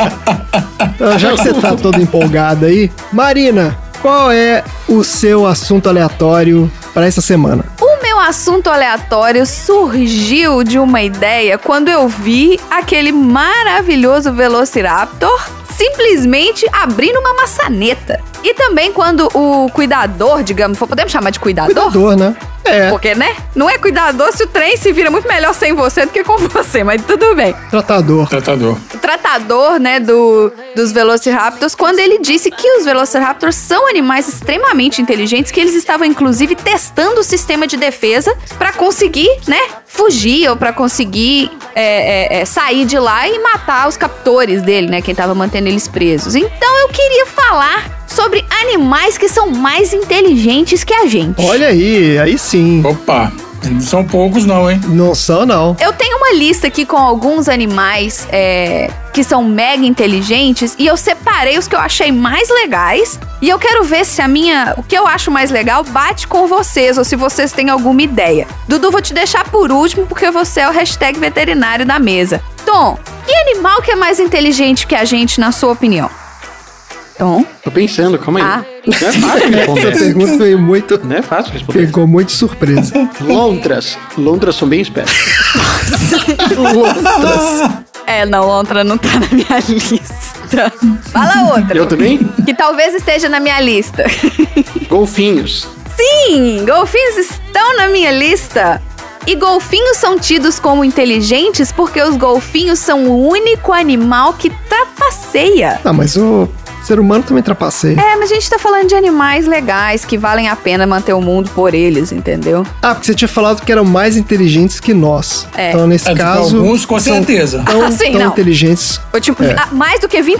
D: Então, já que você tá todo empolgado aí, Marina, qual é o seu assunto aleatório para essa semana?
B: O meu assunto aleatório surgiu de uma ideia quando eu vi aquele maravilhoso Velociraptor simplesmente abrindo uma maçaneta. E também quando o cuidador, digamos, podemos chamar de cuidador?
D: Dor, né? É,
B: Porque, né? Não é cuidador se o trem se vira muito melhor sem você do que com você, mas tudo bem.
D: tratador.
C: Tratador.
B: O tratador, né, do, dos Velociraptors, quando ele disse que os Velociraptors são animais extremamente inteligentes, que eles estavam, inclusive, testando o sistema de defesa pra conseguir, né, fugir ou pra conseguir é, é, é, sair de lá e matar os captores dele, né, quem tava mantendo eles presos. Então eu queria falar sobre animais que são mais inteligentes que a gente.
D: Olha aí, aí sim.
C: Opa. Não são poucos, não, hein?
D: Não são, não.
B: Eu tenho uma lista aqui com alguns animais é, que são mega inteligentes e eu separei os que eu achei mais legais e eu quero ver se a minha, o que eu acho mais legal bate com vocês ou se vocês têm alguma ideia. Dudu, vou te deixar por último porque você é o hashtag veterinário da mesa. Tom, que animal que é mais inteligente que a gente, na sua opinião? Tom?
A: Tô pensando, calma aí.
B: Ah.
A: Não é fácil
D: *laughs* Essa
A: responder.
D: pergunta foi muito.
A: Não é fácil responder.
D: Pegou muito de
A: *laughs*
D: surpresa.
A: Lontras. Lontras são bem espertas.
B: É, não, lontra não tá na minha *laughs* lista. Fala outra,
A: Eu também?
B: que talvez esteja na minha lista. *laughs*
A: Golfinhos.
B: Sim, golfinhos estão na minha lista. E golfinhos são tidos como inteligentes porque os golfinhos são o único animal que trapaceia.
D: Ah, mas o. Ser humano também trapaceia.
B: É, mas a gente tá falando de animais legais que valem a pena manter o mundo por eles, entendeu?
D: Ah, porque você tinha falado que eram mais inteligentes que nós.
B: É.
D: Então, nesse
C: É,
D: caso.
C: alguns, com
D: são
C: certeza.
D: Tão,
B: Ah, sim,
D: tão
B: não.
D: inteligentes.
B: Eu, tipo, ah, Mais do que 27%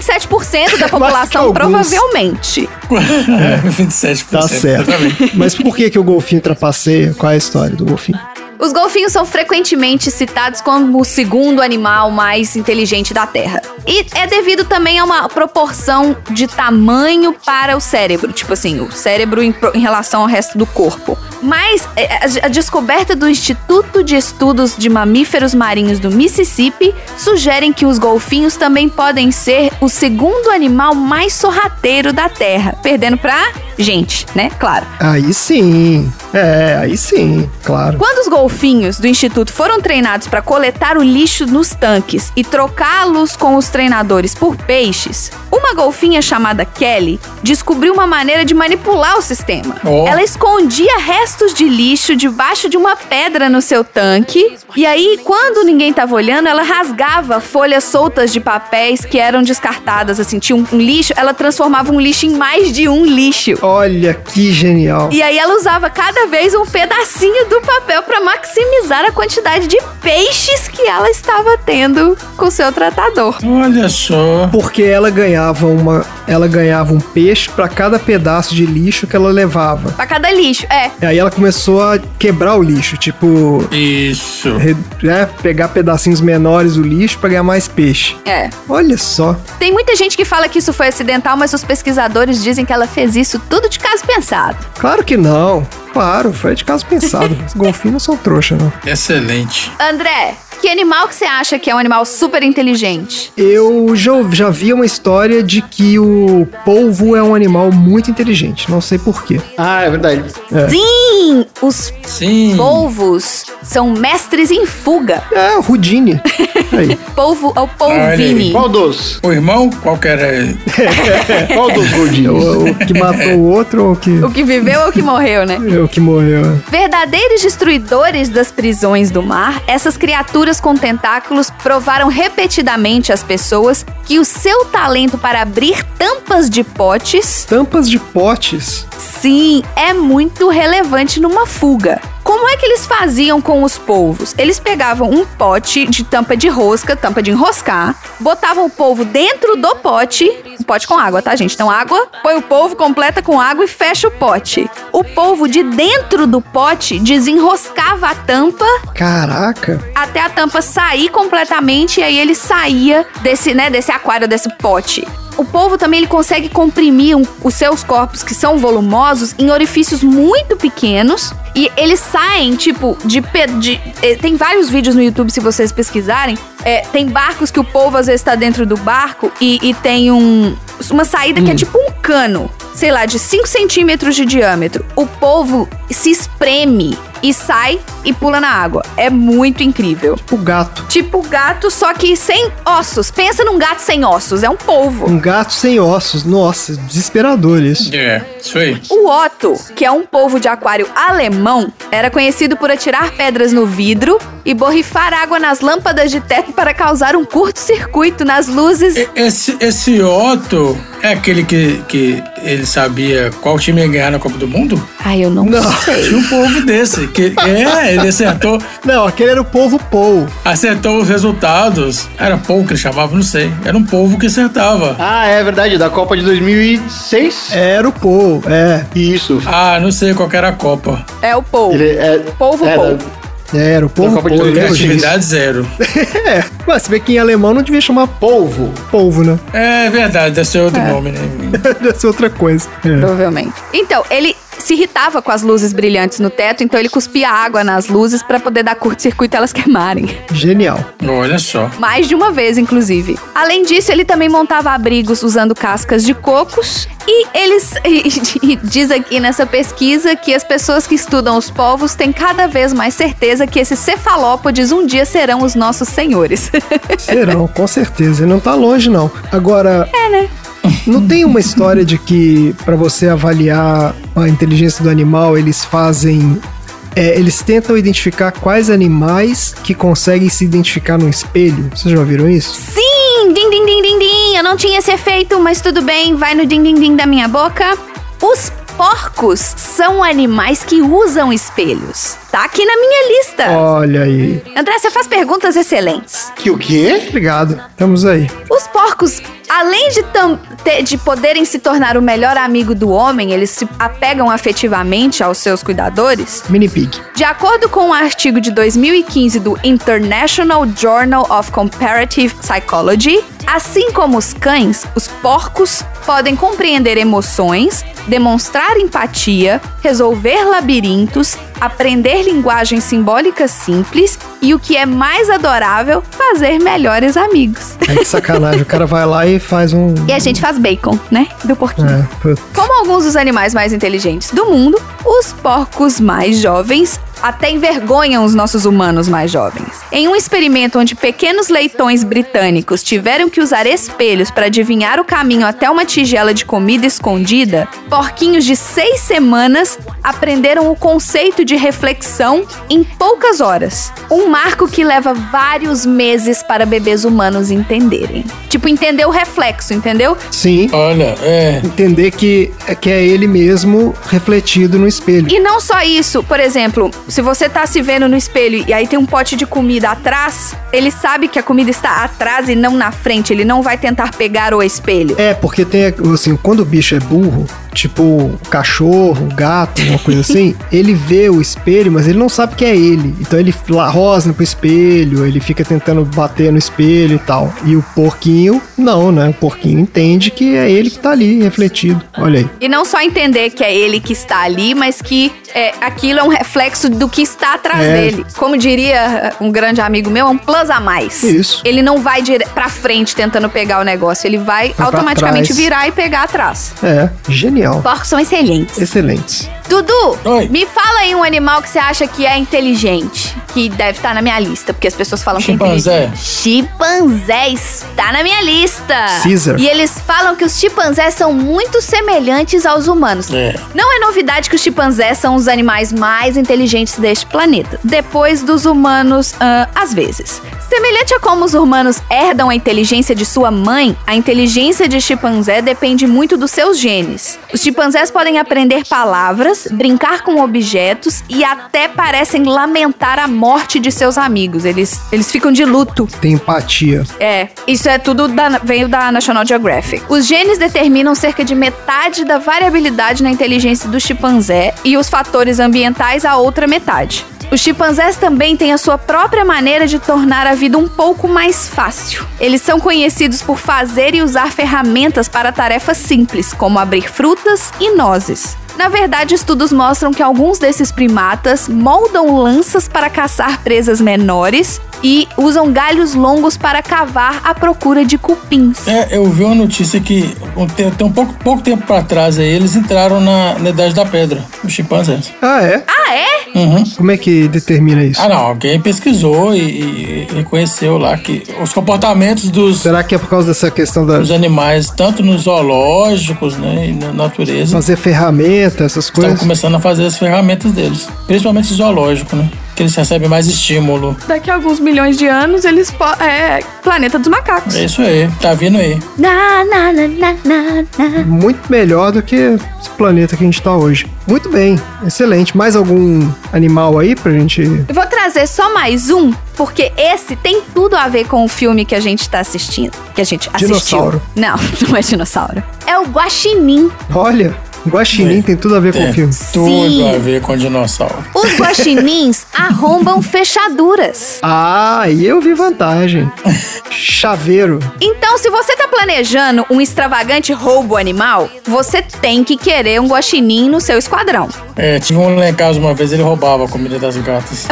B: da
D: alguns.
B: população, provavelmente.
C: *laughs* É, 27%.
D: Tá certo. Mas por que, que o golfinho trapaceia? Qual é a história do golfinho?
B: Os golfinhos são frequentemente citados como o segundo animal mais inteligente da Terra. E é devido também a uma proporção de tamanho para o cérebro, tipo assim, o cérebro em, pro- em relação ao resto do corpo. Mas é, a, a descoberta do Instituto de Estudos de Mamíferos Marinhos do Mississippi sugerem que os golfinhos também podem ser o segundo animal mais sorrateiro da Terra, perdendo pra gente, né? Claro.
D: Aí sim. É, aí sim, claro.
B: Quando os golfinhos do instituto foram treinados para coletar o lixo nos tanques e trocá-los com os treinadores por peixes, uma golfinha chamada Kelly descobriu uma maneira de manipular o sistema.
C: Oh.
B: Ela escondia restos de lixo debaixo de uma pedra no seu tanque, e aí, quando ninguém tava olhando, ela rasgava folhas soltas de papéis que eram descartadas, assim, tinha um um lixo, ela transformava um lixo em mais de um lixo.
D: Olha que genial.
B: E aí ela usava cada vez um pedacinho do papel pra maximizar a quantidade de peixes que ela estava tendo com seu tratador.
C: Olha só.
D: Porque ela ganhava uma, ela ganhava um peixe pra cada pedaço de lixo que ela levava.
B: Pra cada lixo, é.
D: E aí ela começou a quebrar o lixo, tipo,
C: Isso.
D: re- né, pegar pedacinhos menores do lixo pra ganhar mais peixe.
B: É.
D: Olha só.
B: Tem muita gente que fala que isso foi acidental, mas os pesquisadores dizem que ela fez isso tudo de caso pensado.
D: Claro que não. Claro, foi de caso *laughs* pensado. Os golfinhos não são trouxa, não.
C: Excelente.
B: André, que animal que você acha que é um animal super inteligente?
D: Eu já, já vi uma história de que o polvo é um animal muito inteligente. Não sei porquê.
A: Ah, é verdade.
B: Sim! Os
C: Sim.
B: polvos são mestres em fuga.
D: É, o Rudine. Aí.
B: Polvo é o
C: Olha aí.
B: polvini.
A: Qual dos?
C: O irmão, qualquer. é,
A: Qual dos gordinhos?
D: é O, o que matou o outro ou o que,
B: O que viveu é o que morreu, né?
D: o que morreu?
B: Verdadeiros destruidores das prisões do mar, essas criaturas com tentáculos provaram repetidamente às pessoas que o seu talento para abrir tampas de potes,
D: Tampas de potes.
B: sim, é muito relevante numa fuga. Como é que eles faziam com os polvos? Eles pegavam um pote de tampa de rosca, tampa de enroscar, botavam o polvo dentro do pote, um pote com água, tá, gente? Então, água, põe o polvo, completa com água e fecha o pote. O polvo de dentro do pote desenroscava a tampa
D: Caraca.
B: até a tampa sair completamente e aí ele saía desse, né, desse aquário, desse pote. O polvo também ele consegue comprimir um- os seus corpos que são volumosos em orifícios muito pequenos e eles saem tipo de, pe- de- eh, tem vários vídeos no YouTube se vocês pesquisarem é, tem barcos que o polvo às vezes está dentro do barco e, e tem um uma saída
A: Hum.
B: que é tipo um cano sei lá de 5 centímetros de diâmetro o polvo se espreme e sai e pula na água é muito incrível
D: O gato.
B: Tipo gato, só que sem ossos. Pensa num gato sem ossos, é um polvo.
D: Um gato sem ossos. Nossa, desesperador isso.
C: é, isso aí.
B: O Otto, que é um polvo de aquário alemão, era conhecido por atirar pedras no vidro e borrifar água nas lâmpadas de teto para causar um curto-circuito nas luzes.
A: É-
C: E- Esse, esse Otto é aquele que, que ele sabia qual time ia ganhar na Copa do Mundo?
B: Ai, eu não, sei.
C: Tinha um povo desse. Que, é, ele acertou,
D: *laughs* Não, aquele era o polvo Paul.
C: acertou os resultados. Era pouco que ele chamava, não sei. Era um povo que acertava.
A: Ah, é verdade, da Copa de 2006.
D: Era o Paul, é.
A: Isso.
C: Ah, não sei qual que era a Copa.
B: É o polvo.
A: Ele é.
B: Polvo,
A: é,
B: polvo.
A: da-
D: Era o polvo
A: Copa
D: Paul.
A: de
D: eu lembro disso.
C: Criatividade zero.
D: É. Mas se bem que em alemão não devia chamar
A: Polvo.
D: polvo, né? *laughs*
C: É verdade, deve ser outro nome, né?
D: Deve ser outra coisa. É.
B: Provavelmente. Então, ele se irritava com as luzes brilhantes no teto, então ele cuspia água nas luzes para poder dar curto-circuito e elas *laughs* queimarem.
D: Genial.
C: Olha só.
B: Mais de uma vez, inclusive. Além disso, ele também montava abrigos usando cascas de cocos. E eles. *laughs* e diz aqui nessa pesquisa que as pessoas que estudam os povos têm cada vez mais certeza que esses cefalópodes um dia serão os nossos senhores. *laughs*
D: Serão, com certeza. E não tá longe, não. Agora. É, né? Não tem uma história de que, pra você avaliar a inteligência do animal, eles fazem. é, eles tentam identificar quais animais que conseguem se identificar no espelho. Vocês já ouviram isso?
B: Sim! Din, din, din, din, din! Eu não tinha esse efeito, mas tudo bem, vai no din-din-din da minha boca. Os porcos são animais que usam espelhos. Tá aqui na minha
D: É.
B: lista.
D: Olha aí.
B: André, você faz perguntas excelentes.
A: Que o quê?
D: Obrigado. Estamos aí.
B: Os porcos, além de, tam- te- de poderem se tornar o melhor amigo do homem, eles se apegam afetivamente aos seus cuidadores.
D: Mini Pig.
B: De acordo com um artigo de 2015 do International Journal of Comparative Psychology, assim como os cães, os porcos podem compreender emoções, demonstrar empatia, resolver labirintos, aprender linguagens simbólicas simples e, o que é mais adorável, fazer melhores amigos.
D: É que sacanagem. o cara vai lá e faz um.
B: E a gente faz bacon, né? Do porquinho.
D: É, put-
B: Como alguns dos animais mais inteligentes do mundo, os porcos mais jovens até envergonham os nossos humanos mais jovens. Em um experimento onde pequenos leitões britânicos tiveram que usar espelhos para adivinhar o caminho até uma tigela de comida escondida, porquinhos de seis semanas aprenderam o conceito de reflexão em poucas horas. Um marco que leva vários meses para bebês humanos entenderem. Tipo, entender o reflexo, entendeu?
D: Sim.
C: Olha, é.
D: Entender que, que é ele mesmo refletido no espelho.
B: E não só isso, por exemplo, se você tá se vendo no espelho e aí tem um pote de comida atrás, ele sabe que a comida está atrás e não na frente, ele não vai tentar pegar o espelho.
D: É, porque tem, assim, quando o bicho é burro, tipo cachorro, gato, uma
B: *laughs*
D: coisa assim, ele vê o espelho, mas ele não sabe que é ele. Então ele lá rosna pro espelho, ele fica tentando bater no espelho e tal. E o porquinho, não, né? O porquinho entende que é ele que tá ali, refletido. Olha aí.
B: E não só entender que é ele que está ali, mas que é, aquilo é um reflexo do que está atrás
D: É.
B: dele. Como diria eh, um grande amigo meu, é um plus a mais.
D: Isso.
B: Ele não vai dire- pra frente tentando pegar o negócio, ele vai
D: Vai pra
B: automaticamente
D: trás.
B: virar e pegar atrás.
D: É, genial.
B: Porcos são excelentes.
D: Excelentes.
B: Dudu,
C: Oi.
B: me fala aí um animal que você acha que é inteligente, que deve estar na minha lista, porque as pessoas falam que é
C: Chimpanzé.
B: inteligente. Chimpanzé está na minha lista.
D: Caesar.
B: E eles falam que os chimpanzés são muito semelhantes aos humanos.
C: É.
B: Não é novidade que os chimpanzés são os animais mais inteligentes deste planeta, depois dos humanos, ah, às vezes. Semelhante a como os humanos herdam a inteligência de sua mãe, a inteligência de chimpanzé depende muito dos seus genes. Os chimpanzés podem aprender palavras, brincar com objetos e até parecem lamentar a morte de seus amigos. Eles, eles ficam de luto.
D: Tem empatia.
B: É, isso é tudo da, veio da National Geographic. Os genes determinam cerca de metade da variabilidade na inteligência do chimpanzé e os fatores ambientais a outra metade. Os chimpanzés também têm a sua própria maneira de tornar a vida um pouco mais fácil. Eles são conhecidos por fazer e usar ferramentas para tarefas simples, como abrir frutas e nozes. Na verdade, estudos mostram que alguns desses primatas moldam lanças para caçar presas menores e usam galhos longos para cavar à procura de cupins.
C: É, eu vi uma notícia que um te- tem um pouco, pouco tempo pra trás aí, eles entraram na, na Idade da Pedra, os chimpanzés.
D: Ah, é?
B: Ah, é?
C: Uhum.
D: Como é que determina isso?
C: Ah, não, alguém pesquisou e, e reconheceu lá que os comportamentos dos,
D: Será que é por causa dessa questão da
C: dos animais, tanto nos zoológicos, né, e na natureza,
D: fazer ferramenta, essas
C: estão
D: coisas?
C: começando a fazer as ferramentas deles. Principalmente o zoológico, né? Que eles recebem mais estímulo.
B: Daqui a alguns milhões de anos, eles. po- É. Planeta dos Macacos.
C: É isso aí, tá vindo aí.
B: Na, na, na, na, na, na.
D: muito melhor do que esse planeta que a gente tá hoje. Muito bem, excelente. Mais algum animal aí pra gente.
B: Eu vou trazer só mais um, porque esse tem tudo a ver com o filme que a gente tá assistindo. Que a gente assistiu.
D: Dinossauro.
B: Não, *laughs* não é dinossauro. É o Guaxinim.
D: Olha, Guaxinim
C: É.
D: tem tudo a ver com
C: Tem
D: o filme.
C: tudo a ver com dinossauro.
B: Os
C: *laughs*
B: guaxinins arrombam fechaduras.
D: Ah, e eu vi vantagem. Chaveiro.
B: Então, se você tá planejando um extravagante roubo animal, você tem que querer um guaxinim no seu esquadrão.
C: É, tive um lá em casa uma vez, ele roubava a comida das gatas.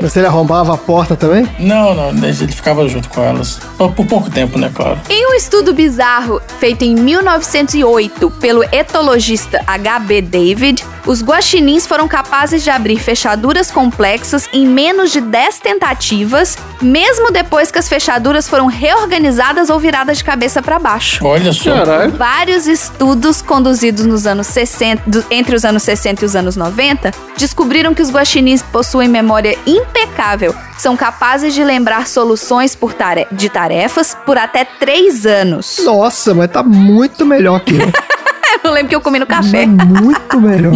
D: Mas ele arrombava a porta também?
C: Não, não, né, ele ficava junto com elas. Por, por pouco tempo, né, claro.
B: Em um estudo bizarro feito em 1908 pelo etologista H.B. David, Os guaxinins foram capazes de abrir fechaduras complexas em menos de 10 tentativas, mesmo depois que as fechaduras foram reorganizadas ou viradas de cabeça para baixo.
C: Olha só.
A: Caralho.
B: Vários estudos conduzidos nos anos 60, do- entre os anos 60 e os anos 90 descobriram que os guaxinins possuem memória impecável. São capazes de lembrar soluções por tare- de tarefas por até três anos. *laughs*
D: Nossa, mas tá muito melhor que eu.
B: Eu lembro que eu comi no
D: Mas
B: café.
D: muito melhor.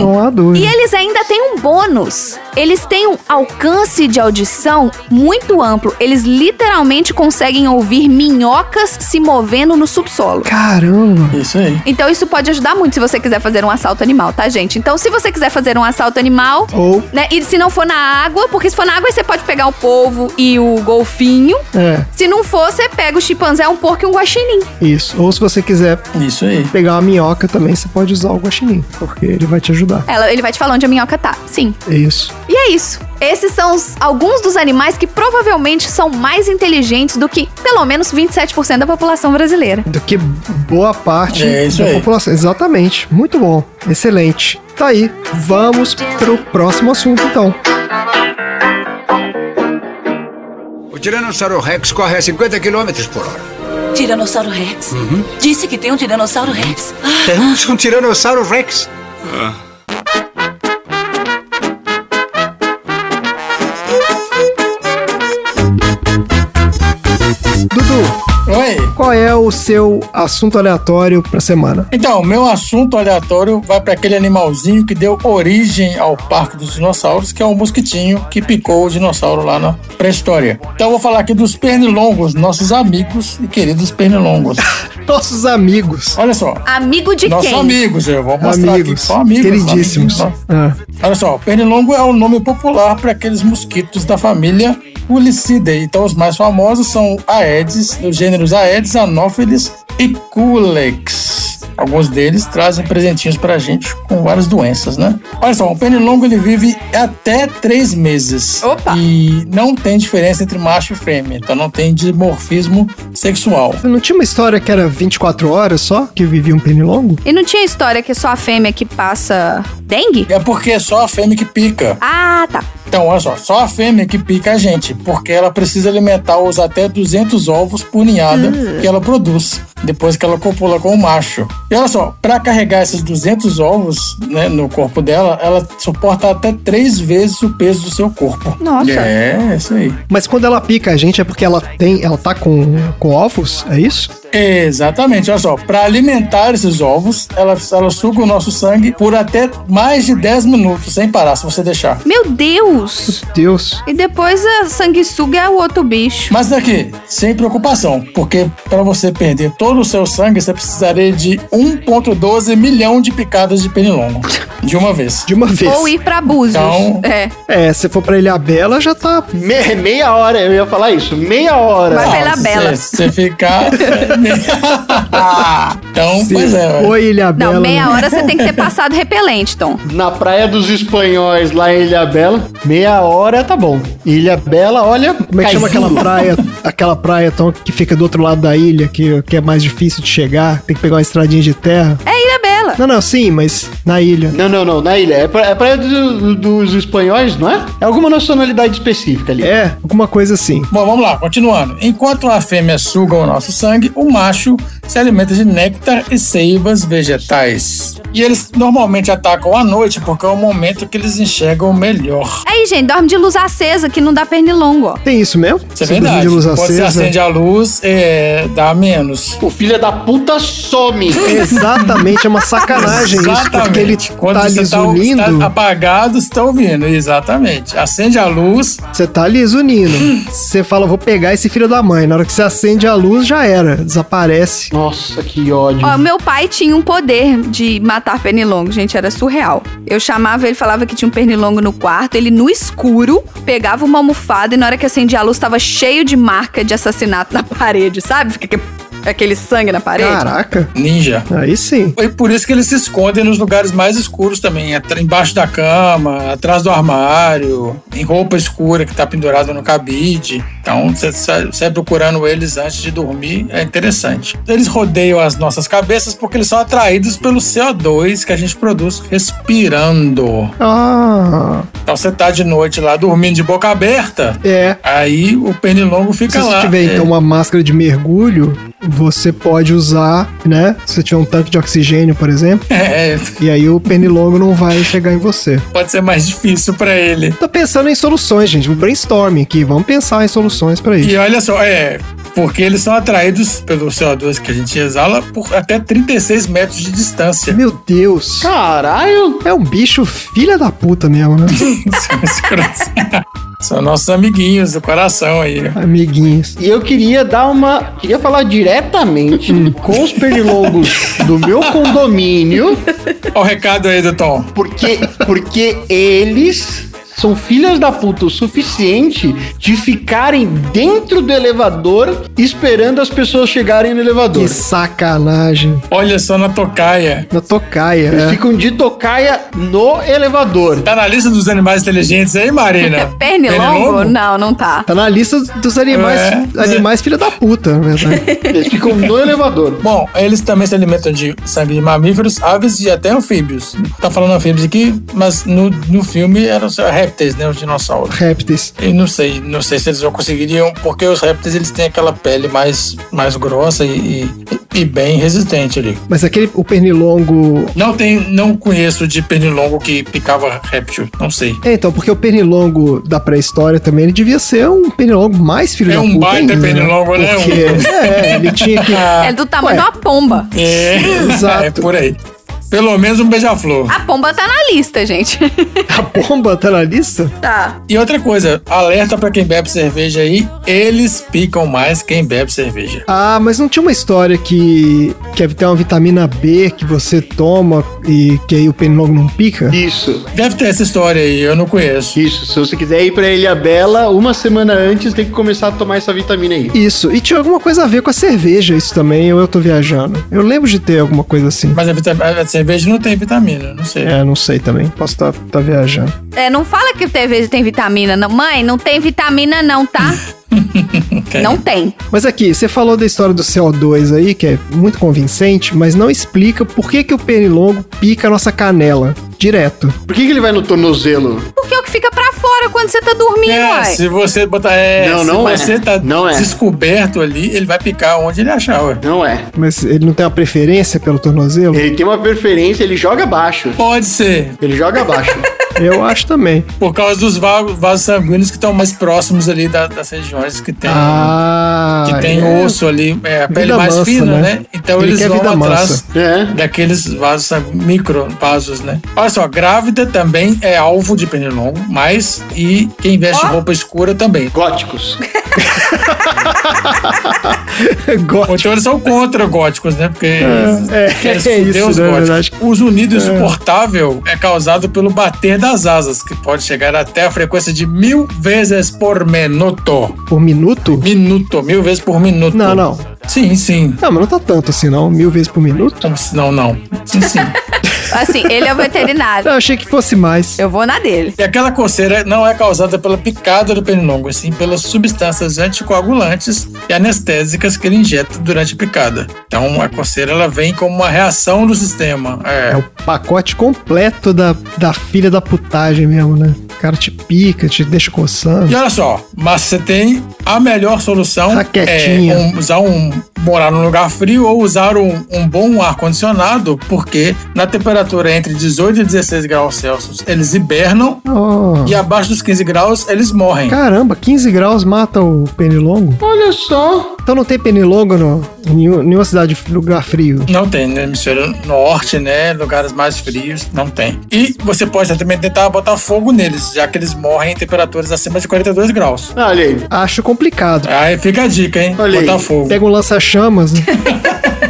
D: Não há
B: E
D: dúvida.
B: eles ainda têm um bônus. Eles têm um alcance de audição muito amplo. Eles literalmente conseguem ouvir minhocas se movendo no subsolo.
D: Caramba.
C: Isso aí.
B: Então isso pode ajudar muito se você quiser fazer um assalto animal, tá, gente? Então se você quiser fazer um assalto animal,
D: Ou,
B: né? E se não for na água, porque se for na água aí você pode pegar o polvo e o golfinho.
D: é,
B: Se não for, você pega o chimpanzé, um porco e um guaxinim.
D: isso. Ou se você quiser
C: Isso aí.
D: pegar uma minhoca também, você pode usar o guaxinim, porque ele vai te ajudar.
B: Ela, ele vai te falar onde a minhoca tá. Sim.
D: É isso.
B: E é isso. Esses são os- alguns dos animais que provavelmente são mais inteligentes do que pelo menos 27% da população brasileira.
D: Do que boa parte
C: É isso
D: da
C: aí.
D: população. Exatamente. Muito bom. Excelente. Tá aí. Vamos pro próximo assunto, então.
E: O Tiranossauro Rex corre a 50 km por hora.
F: Tiranossauro Rex. Disse que tem um Tiranossauro Rex. Ah,
E: Temos um Tiranossauro Rex.
D: Dudu,
C: Oi.
D: qual é o seu assunto aleatório pra semana?
C: Então, meu assunto aleatório vai para aquele animalzinho que deu origem ao Parque dos Dinossauros, que é o mosquitinho que picou o dinossauro lá na pré-história. Então, eu vou falar aqui dos pernilongos, nossos amigos e queridos pernilongos.
D: Nossos amigos.
C: Olha só.
B: Amigo de
C: Nossos
B: quem?
C: amigos, eu vou mostrar aqui.
D: Amigos.
C: São amigos.
D: queridíssimos.
C: amigos,
D: Ah,
C: ó. Olha só, pernilongo é o nome popular para aqueles mosquitos da família Ulicidae. Então, os mais famosos são o Aedes, dos gêneros Aedes, Anopheles e Culex. Alguns deles trazem presentinhos pra gente com várias doenças, né? Olha só, o pernilongo ele vive até três meses.
B: Opa!
C: E não tem diferença entre macho e fêmea, então não tem dimorfismo sexual.
D: não tinha uma história que era 24 horas só, que vivia um pernilongo?
B: E não tinha história que só a fêmea que passa dengue?
C: É porque é só a fêmea que pica.
B: Ah, tá.
C: Então, olha só, só a fêmea que pica a gente, porque ela precisa alimentar os até 200 ovos por ninhada que ela produz, depois que ela copula com o macho. E olha só, para carregar esses 200 ovos né, no corpo dela, ela suporta até três vezes o peso do seu corpo.
B: Nossa.
C: É, isso aí.
D: Mas quando ela pica a gente é porque ela tem, ela tá com, com ovos, é isso?
C: Exatamente, olha só, para alimentar esses ovos, ela, ela suga o nosso sangue por até mais de 10 minutos, sem parar, se você deixar.
B: Meu Deus!
D: Deus.
B: E depois a sanguessuga é o outro bicho.
C: Mas daqui, sem preocupação, porque para você perder todo o seu sangue, você precisaria de 1,12 milhão de picadas de pernilongo de uma vez.
D: De uma vez.
B: Ou ir pra Búzios.
C: Então-
B: É.
D: É, se for pra Ilhabela já tá.
A: Me- meia hora, eu ia falar isso. Meia hora.
B: Vai pela
C: se
B: Bela.
C: você- Se você ficar. então, pois é. ué.
D: Oi, Ilhabela.
B: Não, meia hora você tem que ter passado repelente, Tom.
A: Na Praia dos Espanhóis, lá em Ilha Bela, meia hora tá bom. Ilha Bela, olha.
D: Como é que chama aquela praia, aquela praia então, que fica do outro lado da ilha, que, que é mais difícil de chegar, tem que pegar uma estradinha de terra?
B: É Ilha Bela.
D: Não, não, sim, mas na ilha.
A: Não, não, não, na ilha. É, pra- é praia do- dos espanhóis, não é? É alguma nacionalidade específica ali.
D: É, alguma coisa assim.
C: Bom, vamos lá, continuando. Enquanto a fêmea suga o nosso sangue, o macho se alimenta de néctar e seivas vegetais. E eles normalmente atacam à noite, porque é o momento que eles enxergam melhor.
B: Aí, gente, dorme de luz acesa que não dá pernilongo, ó.
D: Tem isso mesmo?
C: Isso é
D: Sobre
C: verdade.
D: De luz
C: Quando você
D: acesa.
C: acende a luz, é, dá menos.
A: O filho da puta *laughs* some.
D: Exatamente, é uma sacanagem isso, porque ele
C: Exatamente. Quando
D: tá
C: você
D: ali
C: tá,
D: zunindo,
C: está apagado, você tá ouvindo. Exatamente. Acende a luz.
D: você tá ali zunindo. Você fala, vou pegar esse filho da mãe. Na hora que você acende a luz, já era, desaparece.
A: Nossa, que ódio.
B: Ó, meu pai tinha um poder de matar pernilongo, gente, era surreal. Eu chamava ele, falava que tinha um pernilongo no quarto, ele no escuro pegava uma almofada e na hora que acendia a luz tava cheio de marca de assassinato na *laughs* parede, sabe? Fica aquele Aquele sangue na parede. *laughs*
D: Caraca,
C: Ninja.
D: aí sim.
C: E por isso que eles se escondem nos lugares mais escuros também, atra- embaixo da cama, atrás do armário, em roupa escura que tá pendurada no cabide. Então, você sai, sai procurando eles antes de dormir, é interessante. Eles rodeiam as nossas cabeças porque eles são atraídos pelo CO2 que a gente produz respirando.
D: Ah,
C: Então, você tá de noite lá dormindo de boca aberta,
D: é.
C: aí o pernilongo fica
D: Se
C: lá.
D: você tiver
C: É,
D: então uma máscara de mergulho, você pode usar, né? Se você tiver um tanque de oxigênio, por exemplo,
C: *laughs* é,
D: e aí o pernilongo não vai chegar em você.
C: pode ser mais difícil pra ele.
D: Tô pensando em soluções, gente. O brainstorming aqui. Vamos pensar em soluções pra isso.
C: E olha só, é. Porque eles são atraídos pelo CO2 que a gente exala por até 36 metros de distância.
D: Meu Deus.
A: Caralho!
D: É um bicho filha da puta
C: *laughs*
D: mesmo, né?
C: São escrotos. são nossos amiguinhos do coração aí.
D: Amiguinhos.
A: E eu queria dar uma. Queria falar diretamente com os pernilongos do meu condomínio,
C: Olha o recado aí do Tom.
A: porque, porque eles são filhas da puta o suficiente de ficarem dentro do elevador esperando as pessoas chegarem no elevador.
D: Que sacanagem.
C: Olha só na tocaia.
D: Na tocaia,
A: Eles
D: né?
A: ficam de tocaia no elevador.
C: Tá na lista dos animais inteligentes aí, Marina?
B: *laughs* Pernilongo? Não, não tá.
D: Tá na lista dos animais,
C: É.
D: animais filha da puta, na
C: *laughs*
D: verdade.
A: Eles ficam no elevador.
C: Bom, eles também se alimentam de sangue de mamíferos, aves e até anfíbios. Tá falando anfíbios aqui, mas no, no filme eram só répteis, né? Os dinossauros.
D: Répteis.
C: Eu não sei, não sei se eles vão conseguiriam, porque os répteis eles têm aquela pele mais, mais grossa e, e, e bem resistente ali.
D: Mas aquele, o pernilongo...
C: Não tem, não conheço de pernilongo que picava réptil, não sei.
D: É, então, porque o pernilongo da pré-história também, ele devia ser um pernilongo mais filho
C: É
D: da
C: um
D: puta
C: baita
D: ainda,
C: pernilongo, né?
D: Porque, *laughs* é, ele
C: *laughs*
D: tinha que...
B: É do tamanho
D: Ué.
B: de uma pomba.
C: É, *laughs*
D: Exato.
C: é por aí. Pelo menos um beija-flor.
B: A pomba tá na lista, gente.
D: A bomba tá na lista?
B: *laughs* tá.
C: E outra coisa, alerta pra quem bebe cerveja aí, eles picam mais quem bebe cerveja.
D: Ah, mas não tinha uma história que, que tem uma vitamina B que você toma e que aí o pernilongo não pica?
A: Isso,
C: Deve ter essa história aí, eu não conheço.
A: isso. Se você quiser ir pra Ilha Bela, uma semana antes tem que começar a tomar essa vitamina aí.
D: Isso, e tinha alguma coisa a ver com a cerveja isso também, ou eu tô viajando. Eu lembro de ter alguma coisa assim.
C: Mas a, vita- a cerveja não tem vitamina, não sei.
D: É, não sei também. Posso estar viajando.
B: É, não fala que TV tem vitamina, não. Mãe, não tem vitamina, não,
D: *laughs*
B: tá?
C: Ok.
B: Não tem.
D: Mas aqui, você falou da história do CO2 aí, que é muito convincente, mas não explica por que, que o pernilongo pica a nossa canela direto.
A: Por que, que ele vai no tornozelo?
B: Porque é o que fica pra fora quando você tá dormindo,
C: É,
B: ué.
C: se você botar. É,
A: Não,
C: se
A: não é.
C: você tá
A: Não é.
C: descoberto ali, ele vai picar onde ele achar, ué.
A: Não é.
D: Mas ele não tem uma preferência pelo tornozelo?
C: É.
A: Ele tem uma preferência, ele joga baixo.
C: Pode ser,
A: Ele joga baixo.
D: Eu acho também.
C: por causa dos va- vasos sanguíneos que estão mais próximos ali da- das regiões que tem.
D: Ah.
C: que tem
D: é.
C: osso ali, é a pele
D: Vida
C: mais
D: mansa,
C: fina,
D: né?
C: né? Então
D: Ele
C: eles
D: quer
C: vão
D: vida
C: atrás
D: mansa.
A: é.
C: daqueles vasos sangu- micro vasos, né? Olha só, grávida também é alvo de pernilongo, mas e quem veste roupa escura também.
A: Góticos.
D: Gosto.
C: Ou Então eles são contra góticos, né? Porque eles
D: é,
C: querem
D: é
C: fuder
D: isso,
C: os
D: né, é. na verdade.
C: góticos. O zunido insuportável é causado pelo bater das asas, que pode chegar até a frequência de mil vezes por minuto.
D: Por minuto?
C: Minuto, mil vezes por minuto.
D: Não, não.
C: Sim, sim.
D: Não, mas não tá tanto assim, não. Mil vezes por minuto?
C: Como se- Não, não. Sim,
D: *laughs*
C: sim.
B: Assim, ele é o veterinário.
D: Não, achei que fosse mais.
C: É.
B: Eu vou na dele.
C: E aquela coceira não é causada pela picada do pernilongo, e sim pelas substâncias anticoagulantes e anestésicas que ele injeta durante a picada. Então a coceira ela vem como uma reação do sistema. É,
D: É o pacote completo da, da filha da putagem mesmo, né? O cara te pica, te deixa coçando.
C: E olha só, mas você tem a melhor solução
D: Tá quietinha.
C: é um- usar um morar num lugar frio ou usar um, um bom ar condicionado, porque na temperatura entre 18 e 16 graus Celsius eles hibernam
D: Oh.
C: e abaixo dos 15 graus eles morrem.
D: Caramba, 15 graus mata o pernilongo?
A: Olha só.
D: Então não tem pernilongo no, em nenhum- nenhuma cidade, lugar frio.
C: Não tem, no hemisfério norte, né? Lugares mais frios, não tem. E você pode também tentar botar fogo neles, já que eles morrem em temperaturas acima de 42 graus.
A: Olha aí.
D: Acho complicado.
C: Aí fica a dica, hein?
A: Olha aí,
C: botar fogo.
D: Pega um lança-chamas, né?
B: *laughs*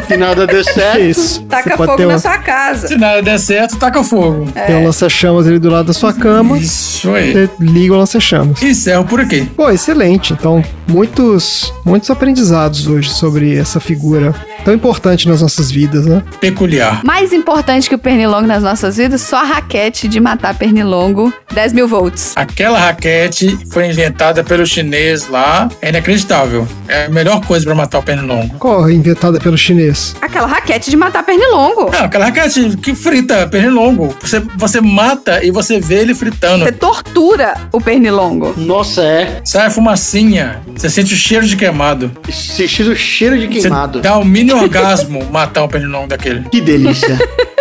A: Se nada der certo.
D: Isso.
B: Taca
D: Você pode
B: fogo
D: ter um,
B: na sua É. casa.
C: Se nada der certo, taca fogo.
D: Tem um lança-chamas ali do lado da sua cama,
C: Isso aí.
D: você liga o lança-chamas.
C: Encerro por aqui.
D: Pô, excelente. Então, muitos, muitos aprendizados hoje sobre essa figura tão importante nas nossas vidas, né?
C: Peculiar.
B: Mais importante que o pernilongo nas nossas vidas, só a raquete de matar pernilongo, 10 mil volts.
C: Aquela raquete foi inventada pelo chinês lá. É inacreditável. É a melhor coisa pra matar o pernilongo.
D: Qual é inventada pelo chinês?
B: Aquela raquete de matar pernilongo.
C: Não, aquela raquete que frita pernilongo. Você, você mata e você vê ele
B: *laughs*
C: fritando.
B: Você tortura o pernilongo.
A: Nossa, é.
C: Sai a fumacinha. Você sente o cheiro de queimado.
A: Senti o cheiro de
C: Você
A: queimado.
C: dá um mini orgasmo *laughs* matar o pernilongo daquele.
A: Que delícia.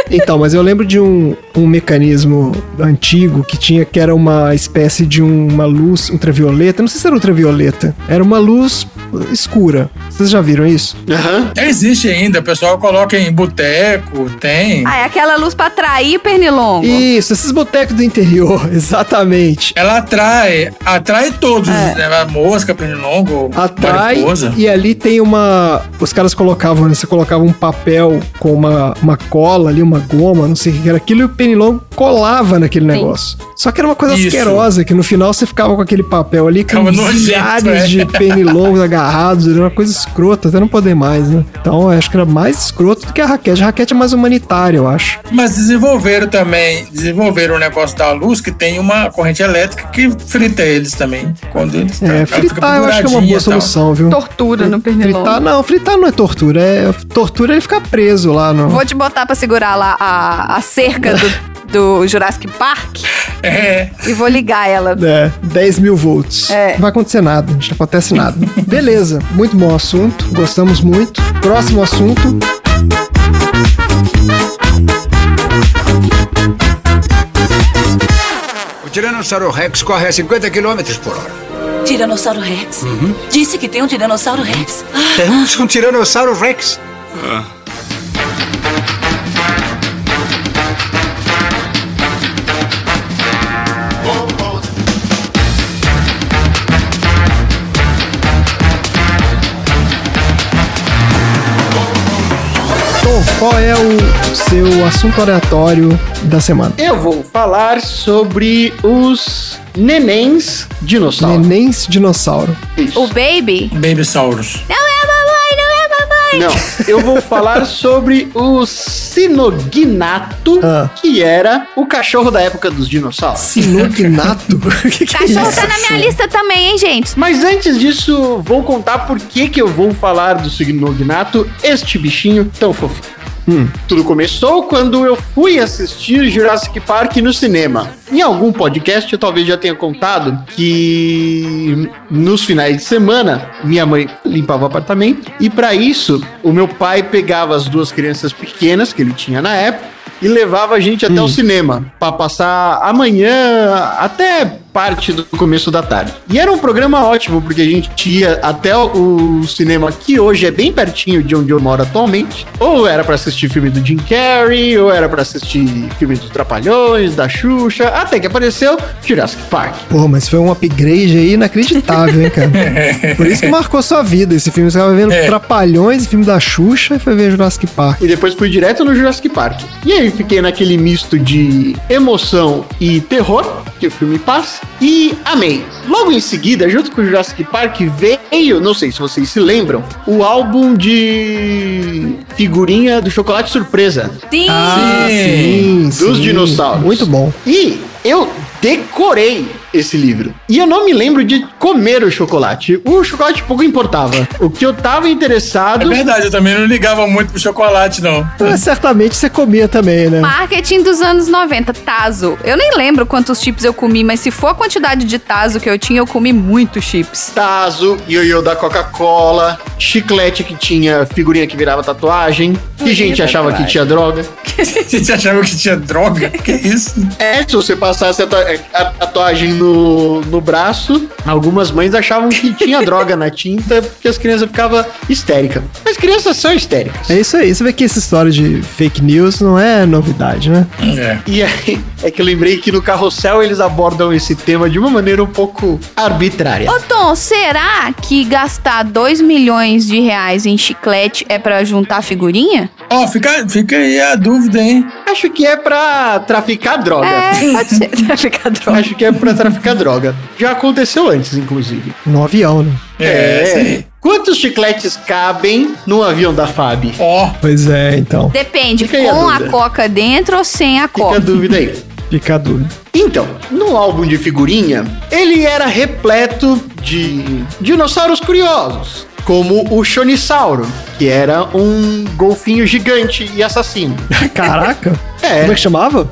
D: Então, mas eu lembro de um, um mecanismo antigo que tinha que era uma espécie de um- uma luz ultravioleta. Não sei se era ultravioleta. Era uma luz escura. Vocês já viram isso?
A: Aham.
C: Já existe ainda. O pessoal coloca em boteco, tem.
B: Ah, é aquela luz pra atrair pernilongo.
D: Isso, esses botecos do interior, *laughs* exatamente.
C: Ela atrai, atrai todos, né? mosca, pernilongo,
D: Atrai
C: mariposa.
D: e ali tem uma. Os caras colocavam, né? Você colocava um papel com uma, uma cola ali, uma goma, não sei o que era aquilo, e o penilongo colava naquele negócio. Só que era uma coisa
C: Isso.
D: asquerosa, que no final você ficava com aquele papel ali com
C: Ficava nojento,
D: milhares
C: né?
D: de penilongos agarrados, era uma coisa escrota, até não poder mais, né? Então eu acho que era mais escroto do que a raquete. A raquete é mais humanitária, eu acho.
C: Mas desenvolveram também, desenvolveram o negócio da luz que tem uma corrente elétrica que frita eles também. Quando eles
D: É,
C: ela
D: fritar eu acho que é
C: penduradinha
D: uma boa
C: e tal.
D: solução, viu?
B: Tortura no pernilongo.
D: Fritar não, fritar não é tortura, é tortura é ele ficar preso lá no.
B: Vou te botar pra segurar lá a, a cerca do, do Jurassic Park
C: É,
B: e vou ligar ela.
D: É, 10 mil volts.
B: É.
D: Não vai acontecer nada, não
B: *laughs*
D: acontece nada. Beleza, muito bom o assunto, gostamos muito. Próximo assunto.
E: O Tiranossauro Rex corre a 50 km por hora.
F: Tiranossauro Rex. Disse que tem um Tiranossauro Rex. Ah,
E: Temos um Tiranossauro Rex.
D: Tom, qual é o seu assunto aleatório da semana?
A: Eu vou falar sobre os nenéns dinossauro.
D: Nenéns dinossauro.
A: Isso.
B: O Baby?
C: Baby Saurus.
B: Não é a mamãe, não é a mamãe.
A: Não, eu vou falar sobre o Sinognato,
D: Ah.
A: que era o cachorro da época dos
B: *laughs*
A: dinossauros.
D: Sinognato? O que, que é
B: Cachorro
D: isso?
B: tá na minha lista também, hein, gente?
A: Mas antes disso, vou contar por que, que eu vou falar do Sinognato, este bichinho tão fofinho. Tudo começou quando eu fui assistir Jurassic Park no cinema. Em algum podcast eu talvez já tenha contado que nos finais de semana minha mãe limpava o apartamento e para isso o meu pai pegava as duas crianças pequenas que ele tinha na época e levava a gente até o cinema para passar amanhã até parte do começo da tarde. E era um programa ótimo porque a gente ia até o cinema que hoje é bem pertinho de onde eu moro atualmente. Ou era para assistir filme do Jim Carrey, ou era para assistir filme dos Trapalhões, da Xuxa, até que apareceu Jurassic Park.
D: Pô, mas foi um upgrade aí inacreditável,
B: *laughs*
D: hein, cara? Por isso que marcou sua vida esse filme. Você tava vendo
C: É.
D: Trapalhões, filme da Xuxa e foi ver Jurassic Park.
A: E depois fui direto no Jurassic Park. E aí fiquei naquele misto de emoção e terror que o filme passa e amei. Logo em seguida, junto com o Jurassic Park, veio, não sei se vocês se lembram, o álbum de figurinha do Chocolate Surpresa
B: Sim. É.
D: Ah. Sim,
A: dos dinossauros.
D: Muito bom.
A: E eu decorei esse livro. E eu não me lembro de comer o chocolate. O chocolate pouco importava. O que eu tava
C: É
A: interessado
C: verdade, eu também não ligava muito pro chocolate, não. *laughs*
B: É.
D: Mas certamente você comia também, né?
B: Marketing dos anos 90, Tazo. Eu nem lembro quantos chips eu comi, mas se for a quantidade de Tazo que eu tinha, eu comi muitos chips.
A: Tazo, ioiô da Coca-Cola, chiclete que tinha figurinha que virava tatuagem, que gente achava que tinha droga.
C: A gente achava que tinha droga. *laughs* Que isso?
A: É, se você passasse a, ta- é, a tatuagem no, no braço, algumas mães achavam que tinha droga na tinta, porque as crianças ficavam histéricas. Mas crianças são histéricas.
D: É isso aí. Você vê que essa história de fake news não é novidade, né?
C: É.
A: E aí, é que eu lembrei que no carrossel eles abordam esse tema de uma maneira um pouco arbitrária.
B: Ô Tom, será que gastar 2 milhões de reais em chiclete é pra juntar figurinha?
C: Ó, fica, fica aí a dúvida, hein?
A: Acho que é pra traficar droga.
B: É, pode ser. *laughs* Traficar droga.
A: Acho que é pra traficar droga. Já aconteceu antes, inclusive.
D: No avião, né?
C: É, isso aí.
A: Quantos chicletes cabem no avião da FAB?
C: Ó,
D: Pois é, então.
B: Depende,
A: Fica aí a
B: com a
A: dúvida.
B: coca dentro ou sem a
A: Fica a
B: coca.
A: dúvida aí.
D: Fica a dúvida.
A: Então, no álbum de figurinha, ele era repleto de dinossauros curiosos, como o Chonisauro, que era um golfinho gigante e assassino.
D: *laughs* Caraca.
A: É.
D: Como é que chamava?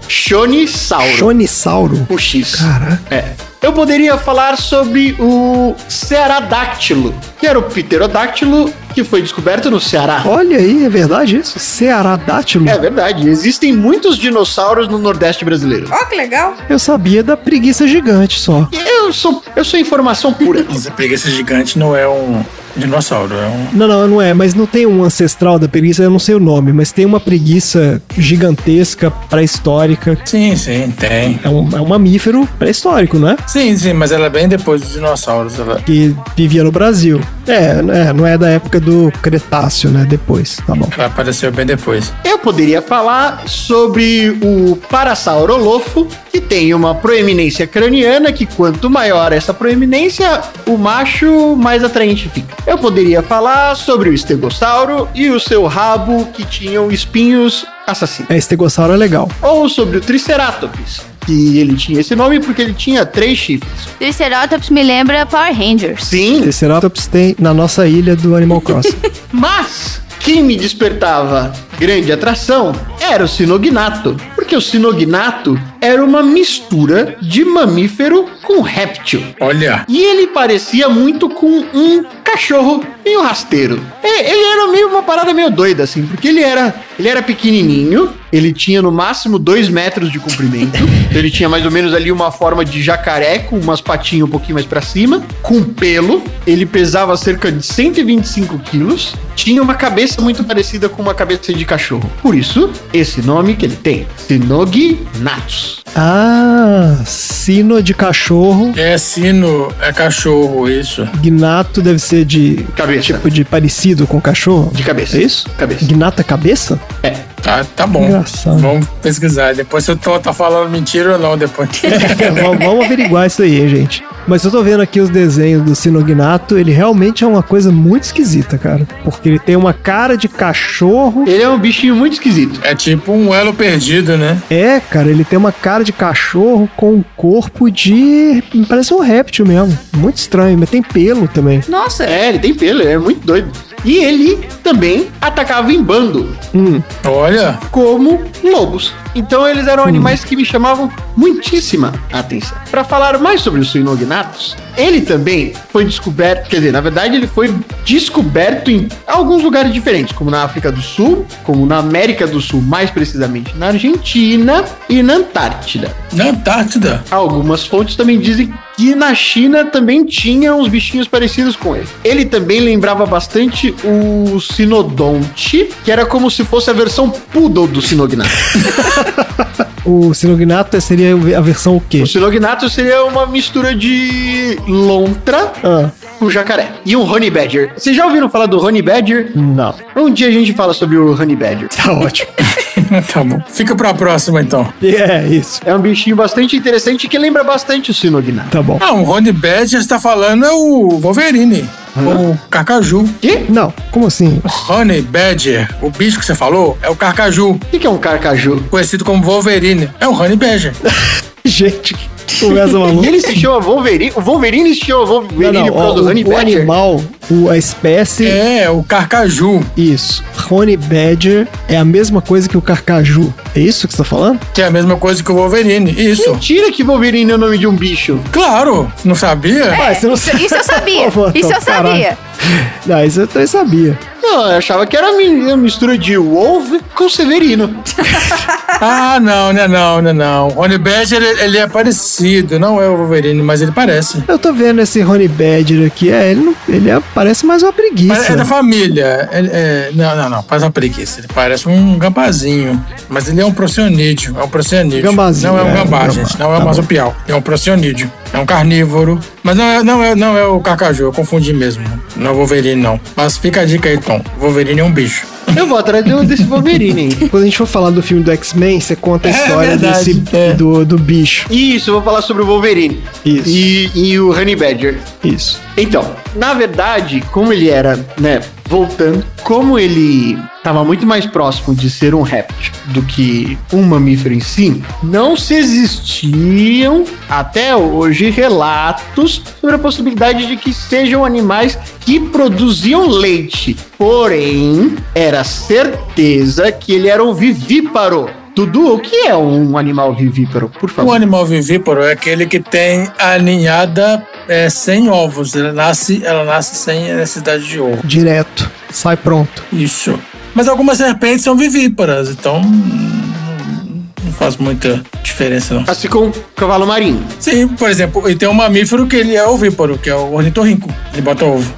A: Chonisauro.
D: Chonissauro.
A: Com X.
D: Caraca.
A: É. Eu poderia falar sobre o Cearadáctilo, que era o pterodáctilo que foi descoberto no Ceará.
D: Olha aí, é verdade isso? Ceará Dátilo.
A: É verdade, existem muitos dinossauros no Nordeste brasileiro.
B: Ó, que legal.
D: Eu sabia da preguiça gigante só.
A: Eu sou, eu sou informação pura.
C: mas a preguiça gigante não é um dinossauro, é um.
D: Não, não, não é, mas não tem um ancestral da preguiça, eu não sei o nome, mas tem uma preguiça gigantesca, pré-histórica.
C: Sim, sim, tem.
D: É um, é um mamífero pré-histórico, né?
C: Sim, sim, mas ela é bem depois dos dinossauros. Ela...
D: Que vivia no Brasil. É, né, não é da época do Cretáceo, né? Depois, tá bom.
C: ela apareceu bem depois.
A: Eu poderia falar sobre o Parasaurolofo, que tem uma proeminência craniana, que quanto maior essa proeminência, o macho mais atraente fica. Eu poderia falar sobre o Estegossauro e o seu rabo, que tinham espinhos assassinos.
D: É, estegossauro é legal.
A: Ou sobre o Triceratops, que ele tinha esse nome porque ele tinha três chifres.
B: Triceratops me lembra Power Rangers.
A: Sim,
D: Triceratops tem na nossa ilha do Animal
A: *laughs*
D: Crossing.
A: Mas quem me despertava grande atração era o sinognato, porque o sinognato era uma mistura de mamífero com réptil.
C: Olha,
A: E ele parecia muito com um cachorro meio rasteiro. E- Ele era meio uma parada meio doida, assim, porque ele era, ele era pequenininho, ele tinha no máximo dois metros de comprimento, então ele tinha mais ou menos ali uma forma de jacaré, com umas patinhas um pouquinho mais pra cima, com pelo, ele pesava cerca de 125 quilos, tinha uma cabeça muito parecida com uma cabeça de cachorro. Por isso, esse nome que ele tem, Sinognatus.
D: ah, sino de cachorro.
C: é sino, é cachorro, isso.
D: Gnato deve ser de.
A: Cabeça.
D: Tipo de parecido com cachorro?
A: De cabeça.
D: É isso?
A: Cabeça.
D: Gnato é cabeça?
C: Tá, tá bom.
D: Engraçado.
C: Vamos pesquisar. Depois se eu tô, tá falando mentira ou não, *laughs* depois.
D: É, vamos, vamos averiguar isso aí, hein, gente. Mas eu tô vendo aqui os desenhos do Sinognato, ele realmente é uma coisa muito esquisita, cara. Porque ele tem uma cara de cachorro.
A: Ele é um bichinho muito esquisito.
C: é tipo um elo perdido, né?
D: É, cara, ele tem uma cara de cachorro com um corpo de. Parece um réptil mesmo. Muito estranho, mas tem pelo também.
B: Nossa,
A: É, ele tem pelo, ele é muito doido. E ele também atacava em bando,
D: Hum,
C: Olha,
A: como lobos. Então eles eram animais que me chamavam muitíssima atenção. Pra falar mais sobre os Suinognatus, ele também foi descoberto, quer dizer, na verdade ele foi descoberto em alguns lugares diferentes, como na África do Sul, como na América do Sul, mais precisamente na Argentina e na Antártida.
C: na Antártida.
A: Algumas fontes também dizem que na China também tinha uns bichinhos parecidos com ele. Ele também lembrava bastante o Sinodonte, que era como se fosse a versão poodle do
D: *laughs*
A: Sinognato.
D: o Sinognato seria a versão o quê?
A: O Sinognato seria uma mistura de lontra
D: Ah,
A: com jacaré e um honey badger. Vocês já ouviram falar do honey badger?
D: não.
A: Um dia a gente fala sobre o honey badger.
D: Tá ótimo.
C: *laughs* tá bom. Fica pra próxima então.
D: É, isso.
A: É um bichinho bastante interessante que lembra bastante o Sinognato.
D: Tá bom.
C: Ah, o Ronnie Badger está falando é o Wolverine. O Carcaju.
A: Que?
D: Não, como assim? *laughs*
C: Honey Badger, o bicho que você falou, é o Carcaju,
A: O que que é um carcaju?
C: conhecido como Wolverine. É o Honey *laughs* Badger.
D: Gente, que conversa
A: E
D: maluca.
A: ele se chama Wolverine? O Wolverine se chama
D: Não,
A: Wolverine
D: não,
A: por causa
D: ó,
A: do honey
D: o, o
A: badger?
D: animal, o- a espécie,
C: É, o Carcaju.
A: É.
D: isso. Honey Badger é a mesma coisa que o carcaju. É isso que você tá falando?
C: Que é a mesma coisa que o Wolverine. Isso.
A: Mentira que Wolverine é o nome de um bicho.
C: Claro, não
A: É,
C: sabia?
D: Ah, você não
B: isso,
D: *laughs*
B: isso eu sabia.
D: Pô,
B: isso eu
D: Tom, caralho.
B: sabia.
D: Não, isso eu até sabia.
A: Não, eu achava que era mi- uma mistura de Wolf com Severino.
C: Ah, não, não é não, não é não. O Honey Badger, ele, ele é parecido. Não é o Wolverine, mas ele parece.
D: Eu tô vendo esse Honey Badger aqui, é, ele, não- ele é- parece mais uma
C: Mas
D: preguiça.
C: É da família. Ele- é- não, não, não. Faz uma preguiça. Ele parece um gambazinho. Mas ele é um procionídeo. É um procionídeo.
D: Gambazinho,
C: Não é um
D: é,
C: gambá,
D: gambá,
C: gente. Não é
D: tá
C: um
D: bom.
C: marsupial. É um procionídeo. É um carnívoro. Mas não é, não é, não é o carcaju. Eu confundi mesmo. Não é o Wolverine, não. Mas fica a dica aí, Tom. Wolverine é um bicho.
A: Eu vou atrás do, desse Wolverine aí.
D: Quando a gente for falar do filme do X-Men, você conta a
C: É
D: história
C: verdade,
D: desse,
C: é.
D: do, do bicho.
A: *laughs* Isso, eu vou falar sobre o Wolverine.
D: Isso.
A: E, e o Honey Badger.
D: Isso.
A: Então, na verdade, como ele era, né, voltando, como ele estava muito mais próximo de ser um réptil do que um mamífero em si, não se existiam até hoje relatos sobre a possibilidade de que sejam animais que produziam leite. Porém, era certeza que ele era um vivíparo. Dudu, o que é um animal vivíparo? Por
C: O
A: favor.
C: animal vivíparo é aquele que tem a ninhada é, sem ovos. Ela nasce, ela nasce sem a necessidade de ovo.
D: Direto. Sai pronto.
C: Isso. Mas algumas serpentes são vivíparas, então hum, não faz muita diferença, não.
A: Assim como o cavalo marinho.
C: Sim, por exemplo, e tem um mamífero que ele é ovíparo, que é o ornitorrinco. Ele bota ovo.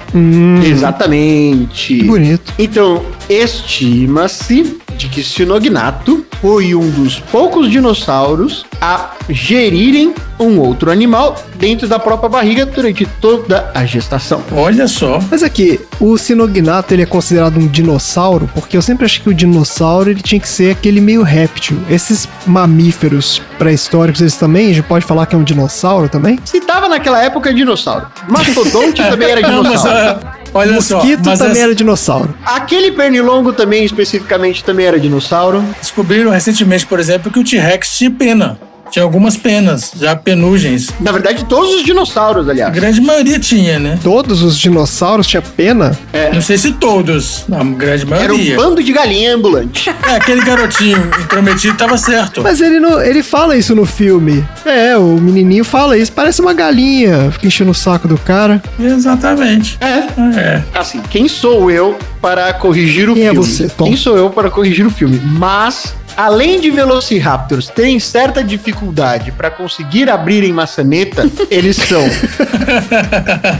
A: Exatamente.
D: Que bonito.
A: Então, estima-se de que Sinognato foi um dos poucos dinossauros a gerirem um outro animal dentro da própria barriga durante toda a gestação.
C: Olha só.
D: Mas aqui, o Sinognato ele é considerado um dinossauro, porque eu sempre achei que o dinossauro ele tinha que ser aquele meio réptil. Esses mamíferos pré-históricos, eles também, a gente pode falar que é um dinossauro também?
A: Se tava naquela época dinossauro.
C: *laughs*
A: Mastodonte também era
C: Não, mas,
A: dinossauro.
C: ah, olha só.
D: Mosquito
C: Mas
D: também
C: essa-
D: era dinossauro.
A: Aquele pernilongo também, especificamente, também era dinossauro.
C: descobriram recentemente, por exemplo, que o T-Rex tinha pena. Tinha algumas penas, já penugens.
A: Na verdade, todos os dinossauros,
C: A
A: aliás.
C: grande maioria tinha, né?
D: Todos os dinossauros tinham pena?
C: Não sei se todos, a grande
A: Era um
C: maioria.
A: bando de galinha ambulante.
C: É, aquele garotinho intrometido tava certo.
D: Mas ele, não, ele fala isso no filme. É, o menininho fala isso. Parece uma galinha. Fica enchendo o saco do cara.
C: Exatamente.
A: É,
C: É.
A: assim, quem sou eu para corrigir o
D: Quem é
A: filme?
D: você, Tom?
A: Quem sou eu para corrigir o filme? Mas, além de Velociraptors terem certa dificuldade para conseguir abrir em
D: *laughs*
A: maçaneta, eles são.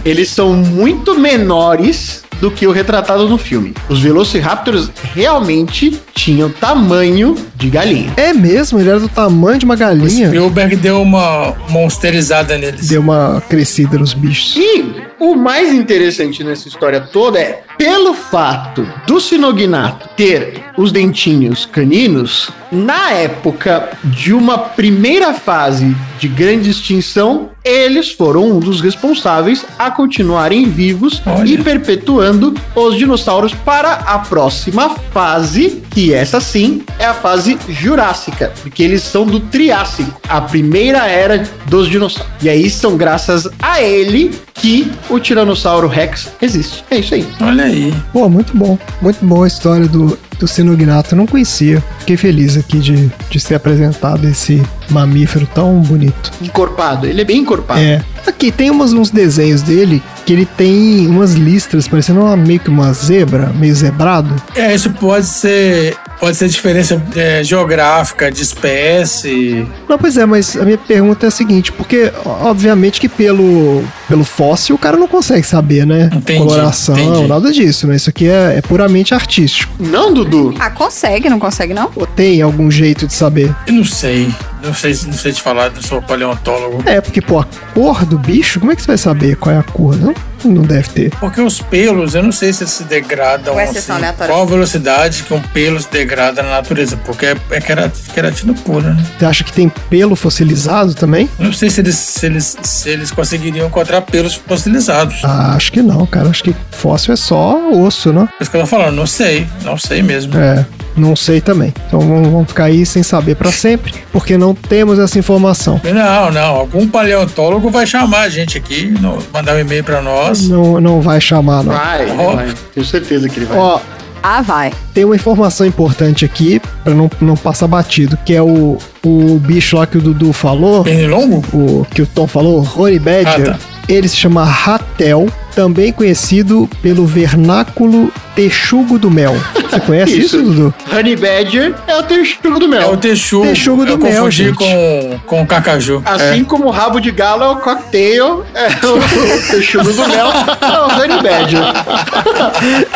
A: eles são muito menores do que o retratado no filme. Os Velociraptors realmente tinham tamanho de galinha.
D: É mesmo? Ele era do tamanho de uma
C: O
D: galinha.
C: Spielberg deu uma monsterizada neles.
D: Deu uma crescida nos bichos.
A: E o mais interessante nessa história toda é, pelo fato do Sinognato ter os dentinhos caninos, na época de uma primeira fase de grande extinção, eles foram um dos responsáveis a continuarem vivos
C: Olha.
A: e perpetuando os dinossauros para a próxima fase, que essa sim é a fase Jurássica, porque eles são do Triássico, a primeira era dos dinossauros. E aí são graças a ele que o Tiranossauro Rex existe. É isso aí.
C: Olha aí.
D: Pô, muito bom. Muito boa a história do, do Sinognato. Eu não conhecia. Fiquei feliz aqui de, de ser apresentado esse mamífero tão bonito.
A: Encorpado, ele é bem
C: Ah.
A: encorpado.
D: É. Aqui tem umas, uns desenhos dele que ele tem umas listras parecendo uma, meio que uma zebra, meio zebrado.
C: É, isso pode ser. Pode ser diferença é, geográfica, de espécie.
D: Não, pois é, mas a minha pergunta é a seguinte, porque ó, obviamente que pelo, pelo fóssil o cara não consegue saber, né?
C: Entendi,
D: Coloração,
C: entendi.
D: nada disso, né? Isso aqui é, é puramente artístico.
A: Não, Dudu?
B: Ah, consegue, não consegue não?
D: Ou tem algum jeito de saber?
C: Eu não sei. Não sei, não sei te falar, não sou paleontólogo.
D: É, porque, pô, a cor do bicho, como é que você vai saber qual é a cor? Não, não deve ter.
C: Porque os pelos, eu não sei se eles se degradam.
B: Ou é sessão
C: assim,
B: aleatória?
C: qual a velocidade que um pelo se degrada na natureza? Porque é, é quera- queratina pura, né?
D: Você acha que tem pelo fossilizado também?
C: Eu Não sei se eles, se eles, se eles conseguiriam encontrar pelos fossilizados.
D: Ah, acho que não, cara. Acho que fóssil é só osso, né?
C: Por É isso que eu tô falando, não sei, não sei mesmo.
D: É, não sei também. Então vamos vamos ficar aí sem saber pra sempre, porque não temos essa informação.
C: Não, não, algum paleontólogo vai chamar a gente aqui, no- mandar um e-mail pra nós.
D: Não, não vai chamar, não.
A: Vai, ele
C: Ó.
A: vai. Tenho certeza que ele vai.
D: Ó,
B: Ah, vai.
D: tem uma informação importante aqui, pra não, não passar batido, que é o, o bicho lá que o Dudu
C: É.
D: falou,
C: Pernilongo?
D: o que o Tom falou, o Rony Badger.
C: Ah, tá.
D: Ele se chama Ratel, também conhecido pelo vernáculo texugo do mel.
C: *laughs*
D: Você conhece isso,
A: Isso.
D: Dudu?
A: Honey Badger é o texugo do
C: É
A: mel.
C: o texugo.
D: Texugo do
C: eu
D: mel,
C: confundi
D: gente. Ah.
C: com, com o cacaju.
A: Assim como o rabo de galo é o cocktail, é o *laughs* texugo do mel, é o Honey Badger.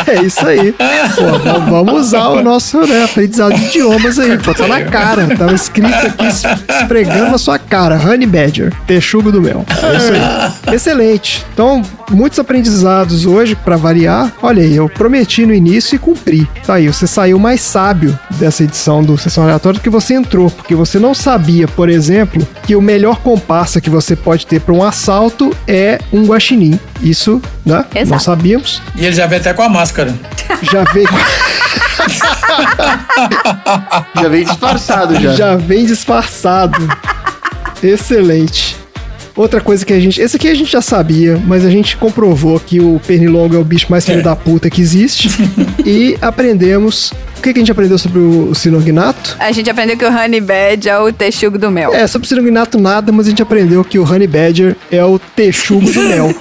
D: É isso aí. Pô, v- vamos usar o nosso né, aprendizado de idiomas aí. Pô, tá na cara. Tava escrito aqui, es- esfregando na sua cara. Honey Badger, texugo do mel. É isso aí. Excelente. Então, muitos aprendizados hoje, pra variar. Olha aí, eu prometi no início e cumpri. Tá aí, você saiu mais sábio dessa edição do Sessão Aleatória do que você entrou, porque você não sabia, por exemplo, que o melhor comparsa que você pode ter pra um assalto é um guaxinim. Isso, né?
B: Exato.
D: Não sabíamos.
C: E ele já veio até com a máscara.
D: Já veio.
A: Já veio disfarçado já.
D: Já vem disfarçado. Excelente. Outra coisa que a gente. Esse aqui a gente já sabia, mas a gente comprovou que o Pernilongo é o bicho mais filho da puta que existe. e aprendemos. O que, que a gente aprendeu sobre o Sinognato?
B: A gente aprendeu que o Honey Bad é o texugo do mel.
D: É, sobre o Sinognato nada, mas a gente aprendeu que o Honey Badger é o texugo do mel.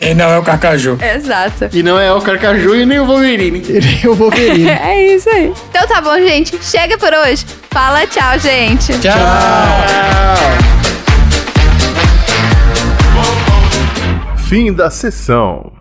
C: E não é o Carcaju.
B: Exato.
A: E não é o Carcaju e nem o Wolverine.
D: Ele é o Wolverine.
B: É isso aí. Então tá bom, gente. Chega por hoje. Fala tchau, gente.
C: Tchau.
G: Fim da sessão.